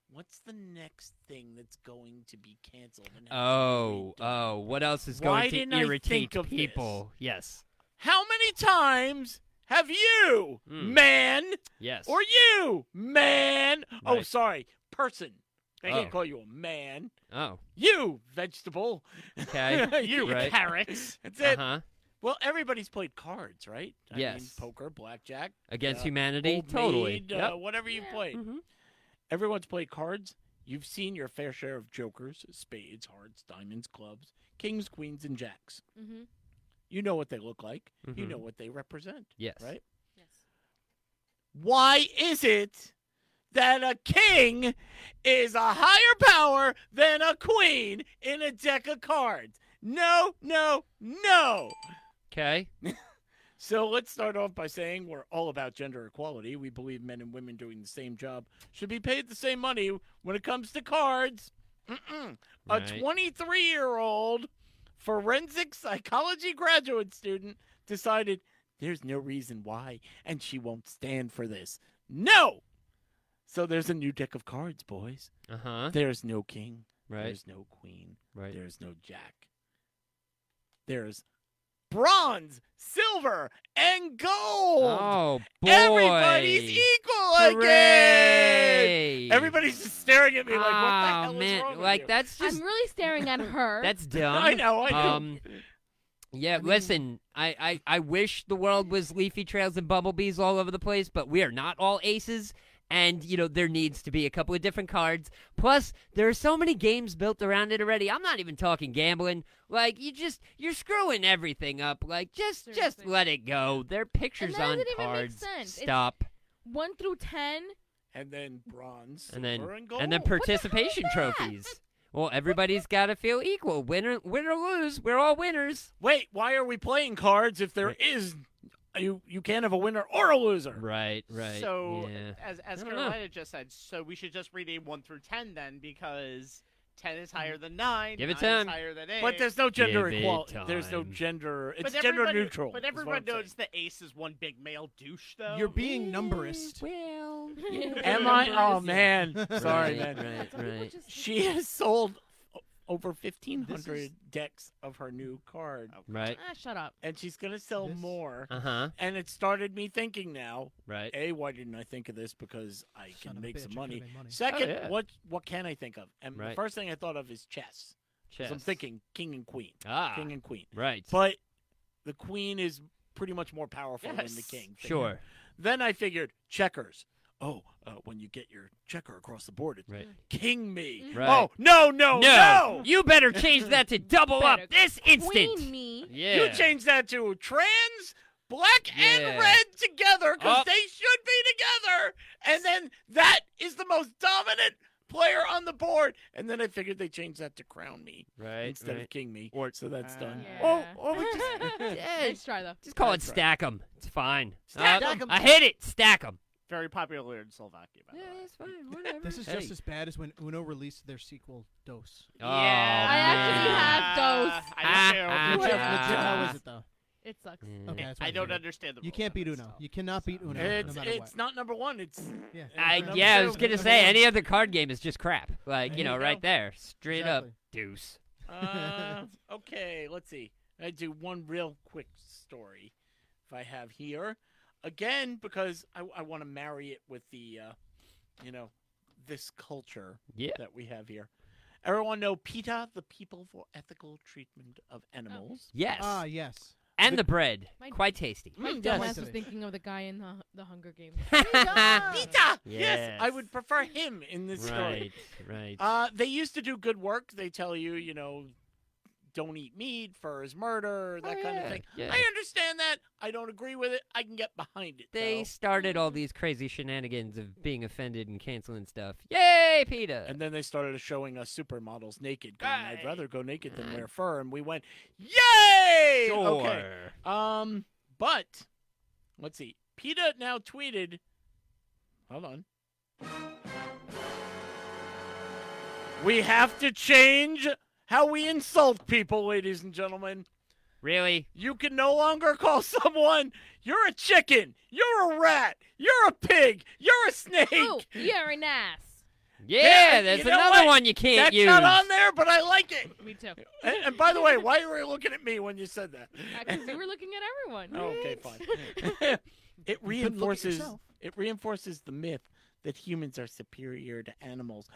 E: what's the next thing that's going to be canceled? and how can we
F: Oh,
E: do it?"
F: oh, what else is
E: Why
F: going to
E: didn't I
F: irritate
E: think of
F: people? Yes.
E: How many times have you,
F: Mm.
E: man,
F: Yes.
E: or you, man? Oh,
F: Right.
E: sorry, person. They
F: Oh.
E: can't call you a man.
F: oh,
E: You vegetable.
F: okay.
E: you
F: Right.
E: carrots. That's it.
F: uh-huh.
E: Well, everybody's played cards, right? I mean,
F: Yes.
E: poker, blackjack,
F: Against
E: uh,
F: humanity?
E: Old
F: totally.
E: Maid,
F: Yep.
E: uh, whatever you
A: Yeah.
E: played.
F: Mhm.
E: Everyone's played cards. You've seen your fair share of jokers, spades, hearts, diamonds, clubs, kings, queens, and jacks.
A: Mm-hmm.
E: You know what they look like. You
F: Mhm.
E: know what they represent.
F: Yes.
E: Right?
A: Yes.
E: Why is it that a king is a higher power than a queen in a deck of cards? No, no, no.
F: Okay.
E: So let's start off by saying we're all about gender equality. We believe men and women doing the same job should be paid the same money when it comes to cards. Mm-mm. A
F: Right.
E: 23 year old forensic psychology graduate student decided there's no reason why, and she won't stand for this. No! So there's a new deck of cards, boys.
F: Uh huh.
E: There's no king.
F: Right.
E: There's no queen.
F: Right.
E: There's no jack. There's bronze, silver, and gold.
F: Oh boy.
E: Everybody's equal again.
F: Hooray!
E: Everybody's just staring at me like, what the
F: oh,
E: hell
F: man.
E: is wrong
F: like
E: with you?
F: that's just
A: I'm really staring at her.
F: that's dumb.
E: I know, I know.
F: Um, yeah, listen, I, I, I wish the world was leafy trails and bumblebees all over the place, but we are not all aces. And, you know, there needs to be a couple of different cards. Plus, there are so many games built around it already. I'm not even talking gambling. Like, you just, you're screwing everything up. Like, just, just
A: Seriously.
F: let it go. There are pictures
A: that
F: on
A: doesn't even make
F: cards.
A: sense. It's-
F: Stop.
A: one through ten.
E: and then bronze,
F: and then,
E: silver, and gold.
F: and then participation
A: that?
F: trophies. Well, everybody's got to feel equal. Winner, win or lose, we're all winners.
E: Wait, why are we playing cards if there
F: Right.
E: is you you can't have a winner or a loser?
F: Right, right.
I: So
F: yeah.
I: as as
F: I don't know.
I: Carolina just said, so we should just rename one through ten then because ten is higher than nine.
F: Give it
I: nine is
F: time.
I: higher than eight.
E: Hmm. But there's no gender
F: Give it
E: equality. There's no
F: time.
E: gender. It's
I: But
E: gender
I: everybody-
E: neutral.
I: But
E: is what
I: everyone
E: I'm saying.
I: knows the ace is one big male douche, though.
C: You're being numberist.
F: Well,
E: Am I? Oh man, sorry,
F: Right,
E: man.
F: Right,
A: People
F: right.
A: just-
E: She has sold o- over
C: This
E: 1,500
C: is- Oh.
E: decks of her new card,
F: Right.
A: Ah, shut up.
E: and she's going to sell
C: This-
E: more.
F: Uh huh.
E: And it started me thinking now:
F: Right.
E: a, why didn't I think of this? Because I
C: Son of
E: can
C: a
E: make
C: bitch, I
E: some
C: could've
E: money.
C: made money.
E: Second,
F: Oh, yeah.
E: what what can I think of? And the
F: Right.
E: first thing I thought of is chess. 'cause I'm
F: Chess.
E: thinking king and queen,
F: Ah.
E: king and queen.
F: Right.
E: But the queen is pretty much more powerful than the
I: Yes.
E: king. figure.
F: Sure.
E: Then I figured checkers. Oh, uh, when you get your checker across the board, it's
F: Right.
E: king me.
F: Right.
E: Oh no, no, no!
F: You better change that to double up
A: Better
F: this instant.
A: Queen me.
F: Yeah.
E: You change that to trans, black, and
F: Yeah.
E: red together because
F: Oh.
E: they should be together. And then that is the most dominant player on the board. And then I figured they changed that to crown me
F: Right.
E: instead of
F: right.
E: king me.
F: Or-
E: so that's done.
A: Yeah.
F: Oh, oh, we just, yeah,
A: Nice try though.
F: just call it
E: That's right.
F: stack 'em. It's fine.
E: Stack
F: Uh,
E: 'em.
F: I hit it. Stack 'em.
I: very popular in Slovakia, by the
F: Yeah,
I: way.
F: it's fine. Whatever.
C: This is
F: Hey.
C: just as bad as when Uno released their sequel Dose.
F: Oh,
A: I actually have those.
F: man.
I: Uh, I don't,
F: Ah,
I: know.
C: Legit, legit,
F: ah,
C: how is it though?
A: It sucks.
F: Mm.
C: Okay, that's what
I: I don't
C: figured.
I: understand the
C: You
I: rules
C: can't
I: of
C: beat
I: this,
C: Uno.
I: so.
C: You cannot beat Uno.
E: It's,
C: no matter
E: it's not number one. It's
C: what. Yeah.
F: I,
E: Number
F: yeah, I was
E: two.
F: gonna say any other card game is just crap. Like
C: There
F: you know,
E: you
F: right
E: go.
F: there, straight up
C: Exactly.
F: deuce.
E: uh, okay, let's see. I do one real quick story if I have here. Again, because I, I want to marry it with the, uh, you know, this culture
F: Yeah.
E: that we have here. Everyone know PETA, the People for Ethical Treatment of Animals.
F: Yes,
C: Ah, yes.
F: and the bread,
A: My-
F: quite tasty.
A: My
E: Mm,
C: yes.
A: dumbass was thinking of the guy in the, the Hunger Games.
E: PETA! Yes, I
F: Yes.
E: would prefer him in this story. Ah,
F: right, right.
E: Uh, they used to do good work. They tell you, you know, don't eat meat for his murder, that kind of
F: Oh, yeah,
E: thing.
F: yeah.
E: I understand that. I don't agree with it. I can get behind it.
F: They
E: though.
F: started all these crazy shenanigans of being offended and canceling stuff. Yay, PETA!
E: Hmm. And then they started showing us supermodels naked. Going, I'd
I: Right.
E: rather go naked than
F: Mm.
E: wear fur. And we went, Yay! Okay.
F: Sure.
E: Um, but let's see. PETA now tweeted. Hold on. We have to change how we insult people, ladies and gentlemen.
F: Really?
E: You can no longer call someone, you're a chicken, you're a rat, you're a pig, you're a snake.
A: Oh, you're an ass.
F: Yeah,
E: you
F: there's
E: know what?
F: another one you can't
E: That's
F: use.
E: not on there, but I like it.
A: Me too.
E: And, and by the way, why were you looking at me when you said that? Oh,
A: Because you were looking at everyone.
C: Oh,
E: Okay, fine. it reinforces it reinforces the myth that humans are superior to animals.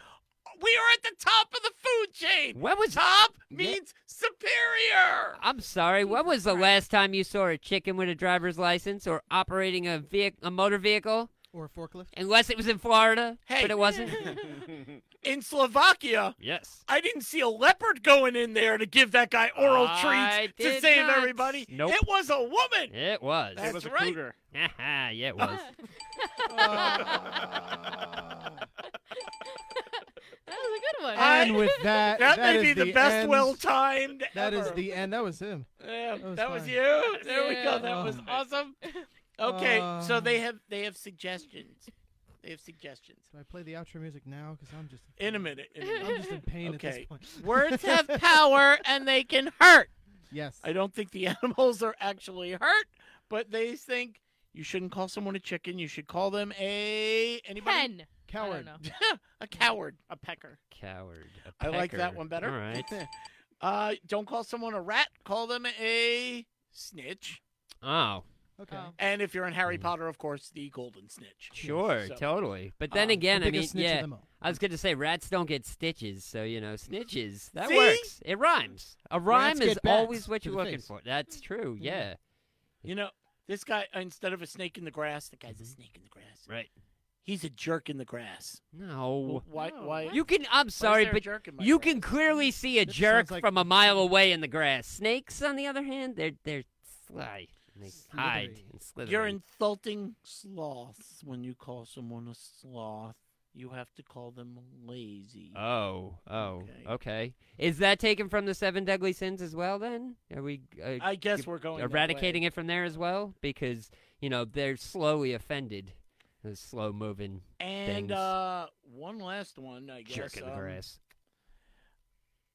E: We are at the top of the food chain.
F: When was
E: Top
F: Yeah.
E: means superior.
F: I'm sorry. When was the last time you saw a chicken with a driver's license or operating a vehic- a motor vehicle?
B: Or a forklift.
F: Unless it was in Florida,
E: Hey.
F: but it wasn't.
E: In Slovakia,
F: yes.
E: I didn't see a leopard going in there to give that guy oral
F: I
E: treats to
F: did
E: save
F: not.
E: everybody.
F: Nope.
E: It was a woman.
F: It was.
E: That's
I: it was a
E: right.
I: cougar.
F: yeah, it was.
A: That was a good one.
E: I-
C: And with that,
E: That, may
C: is
E: be the, best
C: end-
E: well-timed.
C: That is
E: ever.
C: the end. That was him.
E: Yeah, that was,
C: was fine.
E: you. There we go.
A: Yeah.
E: That
C: Oh.
E: was awesome. Okay, so
C: Uh.
E: they have they have suggestions. They have suggestions.
C: Do I play the outro music now? Because I'm just
E: In a minute. In a minute.
C: I'm just in pain at
E: Okay.
C: this point.
E: Words have power and they can hurt.
C: yes.
E: I don't think the animals are actually hurt, but they think you shouldn't call someone a chicken. You should call them a anybody
A: Pen.
C: Coward.
A: know.
E: a coward, a pecker.
F: Coward. A
E: I like that
F: pecker.
E: one better.
F: All right.
E: Uh, don't call someone a rat. Call them a snitch.
F: Oh,
C: Okay.
A: Oh.
E: And if you're in Harry
F: Mm.
E: Potter, of course, the golden snitch.
F: sure,
E: So-
F: totally. But then
E: Uh,
F: again,
C: the
F: I
C: biggest
F: mean,
C: snitch of
F: yeah.
C: them all.
F: I was going to say rats don't get stitches, so you know, snitches. That
E: See?
F: works. It rhymes. A rhyme
C: get
F: is
C: bats
F: always what
C: to
F: you're
C: the
F: looking
C: face.
F: for. That's true. Yeah.
E: You know, this guy instead of a snake in the grass, the guy's a snake in the grass.
F: Mm-hmm. Right.
E: He's a jerk in the grass. Well,
F: No.
E: why?
I: No.
E: Why?
I: What?
F: Oh, You can. I'm
E: why is
F: sorry,
E: there a
F: but
E: jerk in my
F: you
E: grass?
F: can clearly see a
C: That
F: jerk
C: sounds like-
F: from a mile away in the grass. Snakes, on the other hand, they're they're sly. And they hide
C: Slithery.
F: and slither.
E: You're
F: and-
E: insulting sloths when you call someone a sloth. You have to call them lazy.
F: Oh, oh,
E: Okay.
F: okay. Is that taken from the seven deadly sins as well? Then are we? Uh,
E: I guess
F: give-
E: we're going that way.
F: eradicating it from there as well because you know they're slowly offended. Those slow moving
E: And
F: things.
E: uh, one last one, I guess.
F: jerk in the
E: um,
F: grass.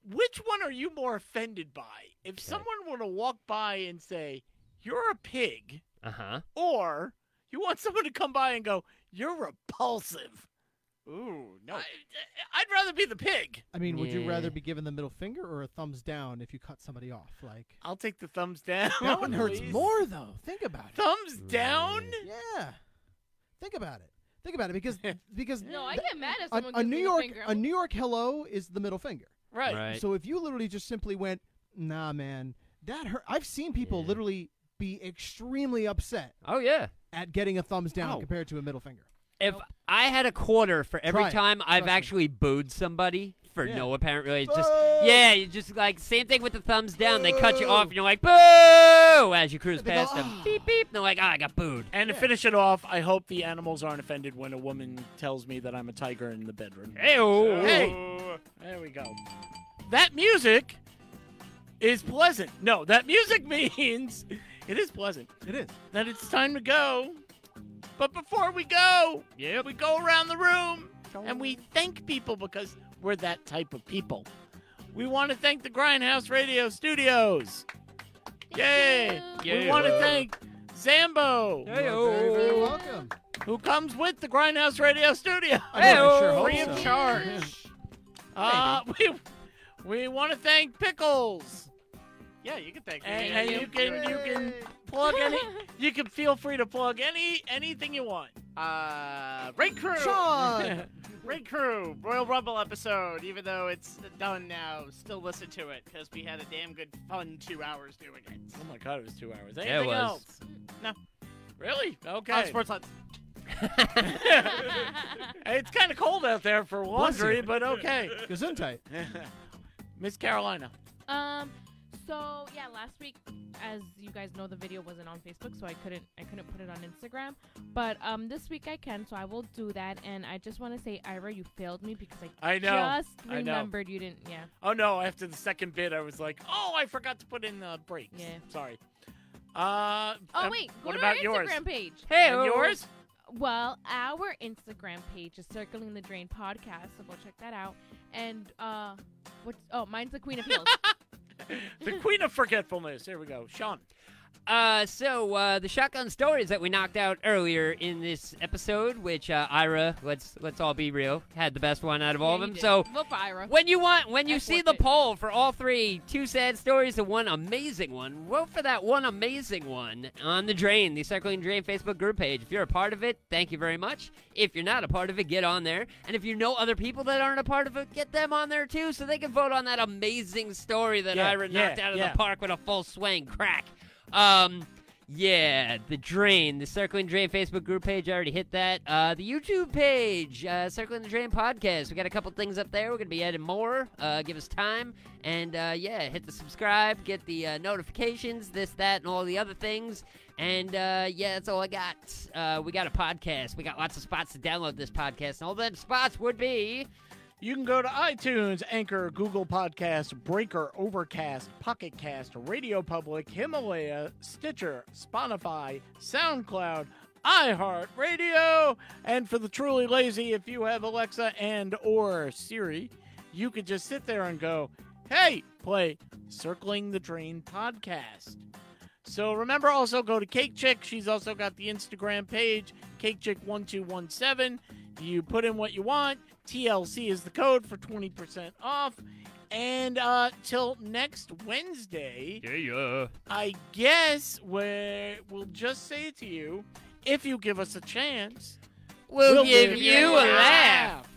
E: Which one are you more offended by? If someone were to walk by and say, "You're a pig,"
F: Uh huh.
E: or you want someone to come by and go, "You're repulsive."
I: Ooh, no.
E: I, I'd rather be the pig.
C: I mean, would you rather
F: Yeah.
C: be given the middle finger or a thumbs down if you cut somebody off? Like
E: I'll take the thumbs down.
C: that one hurts
E: please.
C: more though. Think about it.
E: Thumbs down?
C: Yeah. Think about it. Think about it because because
A: No, I
C: th-
A: get mad if
C: a,
A: someone
C: a
A: gives
C: New
A: me
C: York
A: the finger.
C: a New York hello is the middle finger.
E: Right.
C: So if you literally just simply went, nah, man, that hurt. I've seen people
F: Yeah.
C: literally be extremely upset
F: oh yeah.
C: at getting a thumbs down
F: Oh.
C: compared to a middle finger.
F: If I had a quarter for every
C: Try it.
F: time I've
C: Trust me.
F: actually booed somebody for
C: Yeah.
F: no apparent really just
C: Boo!
F: yeah, you just like same thing with the thumbs down. They cut you off and you're like boo as you cruise
C: They go,
F: past them.
C: "Ah."
F: Beep beep. And they're like, oh, I got booed.
E: And to
C: Yeah.
E: finish it off, I hope the animals aren't offended when a woman tells me that I'm a tiger in the bedroom.
F: Hey-o.
E: Hey. There we go. That music is pleasant. No, that music means it is pleasant.
C: It is.
E: That it's time to go. But before we go, we go around the room and we thank people because we're that type of people. We want to thank the Grindhouse Radio Studios. Yay! We
F: Yeah.
E: want to thank Zambo,
C: You are very, very welcome.
E: who comes with the Grindhouse Radio Studio.
C: I know, I
F: Hey-o.
C: hope
E: Free of
C: so.
E: charge.
C: Yeah.
E: Uh, we we want to thank Pickles.
I: Yeah, you can thank me.
E: And, and you can you can plug any you can feel free to plug any anything you want. Oh
I: Uh, Red Crew.
C: Sean.
I: Red Crew, Royal Rumble episode. Even though it's done now, still listen to it because we had a damn good fun two hours doing it.
E: Oh my god, it was two hours.
F: it
E: Anything
F: was.
E: else? No. Really? Okay.
I: On Sports Hub.
E: it's kind of cold out there for
C: Bless
E: laundry,
C: you.
E: but okay.
C: Gesundheit.
E: Miss Carolina.
A: um, So yeah, last week, as you guys know, the video wasn't on Facebook, so I couldn't I couldn't put it on Instagram. But um, this week I can, so I will do that. And I just want to say, Ira, you failed me because I,
E: I know.
A: just
E: I know.
A: remembered you didn't. Yeah,
E: Oh no, after the second bit I was like, "Oh, I forgot to put in the breaks."
A: Yeah.
E: Sorry. Uh
A: Oh
E: um,
A: wait, Oh. go
E: what
A: to
E: about
A: our
E: yours?
A: Instagram page.
F: Hey,
E: And yours?
A: Well, our Instagram page is Circling the Drain Podcast, so go check that out. And uh, what's oh, mine's the Queen of Heels.
E: the Queen of Forgetfulness. Here we go. Sean.
F: Uh, so uh, the shotgun stories that we knocked out earlier in this episode, which uh, Ira, let's let's all be real, had the best one out of all of them. So
A: look for Ira.
F: when you want, when you
A: I
F: see
A: forfeit.
F: the poll for all three, two sad stories and one amazing one, vote for that one amazing one on the drain, the Circling Drain Facebook group page. If you're a part of it, thank you very much. If you're not a part of it, get on there. And if you know other people that aren't a part of it, get them on there too, so they can vote on that amazing story that
E: Yeah,
F: Ira knocked
E: yeah,
F: out of
E: yeah.
F: the park with a full swing crack. Um, yeah, the drain, the Circling Drain Facebook group page. I already hit that. Uh, the YouTube page, uh, Circling the Drain podcast. We got a couple things up there. We're gonna be adding more. Uh, give us time, and uh, yeah, hit the subscribe, get the uh, notifications, this, that, and all the other things. And uh, yeah, that's all I got. Uh, we got a podcast. We got lots of spots to download this podcast, and all them spots would be.
E: You can go to iTunes, Anchor, Google Podcast, Breaker, Overcast, Pocket Cast, Radio Public, Himalaya, Stitcher, Spotify, SoundCloud, iHeartRadio, and for the truly lazy, if you have Alexa and or Siri, you could just sit there and go, "Hey, play Circling the Drain podcast." So remember, also go to Cake Chick. She's also got the Instagram page, Cake Chick one two one seven. You put in what you want. TLC is the code for twenty percent off. And uh, till next Wednesday,
F: Yeah, yeah.
E: I guess where we'll just say to you, if you give us a chance,
F: We'll, give, you a laugh.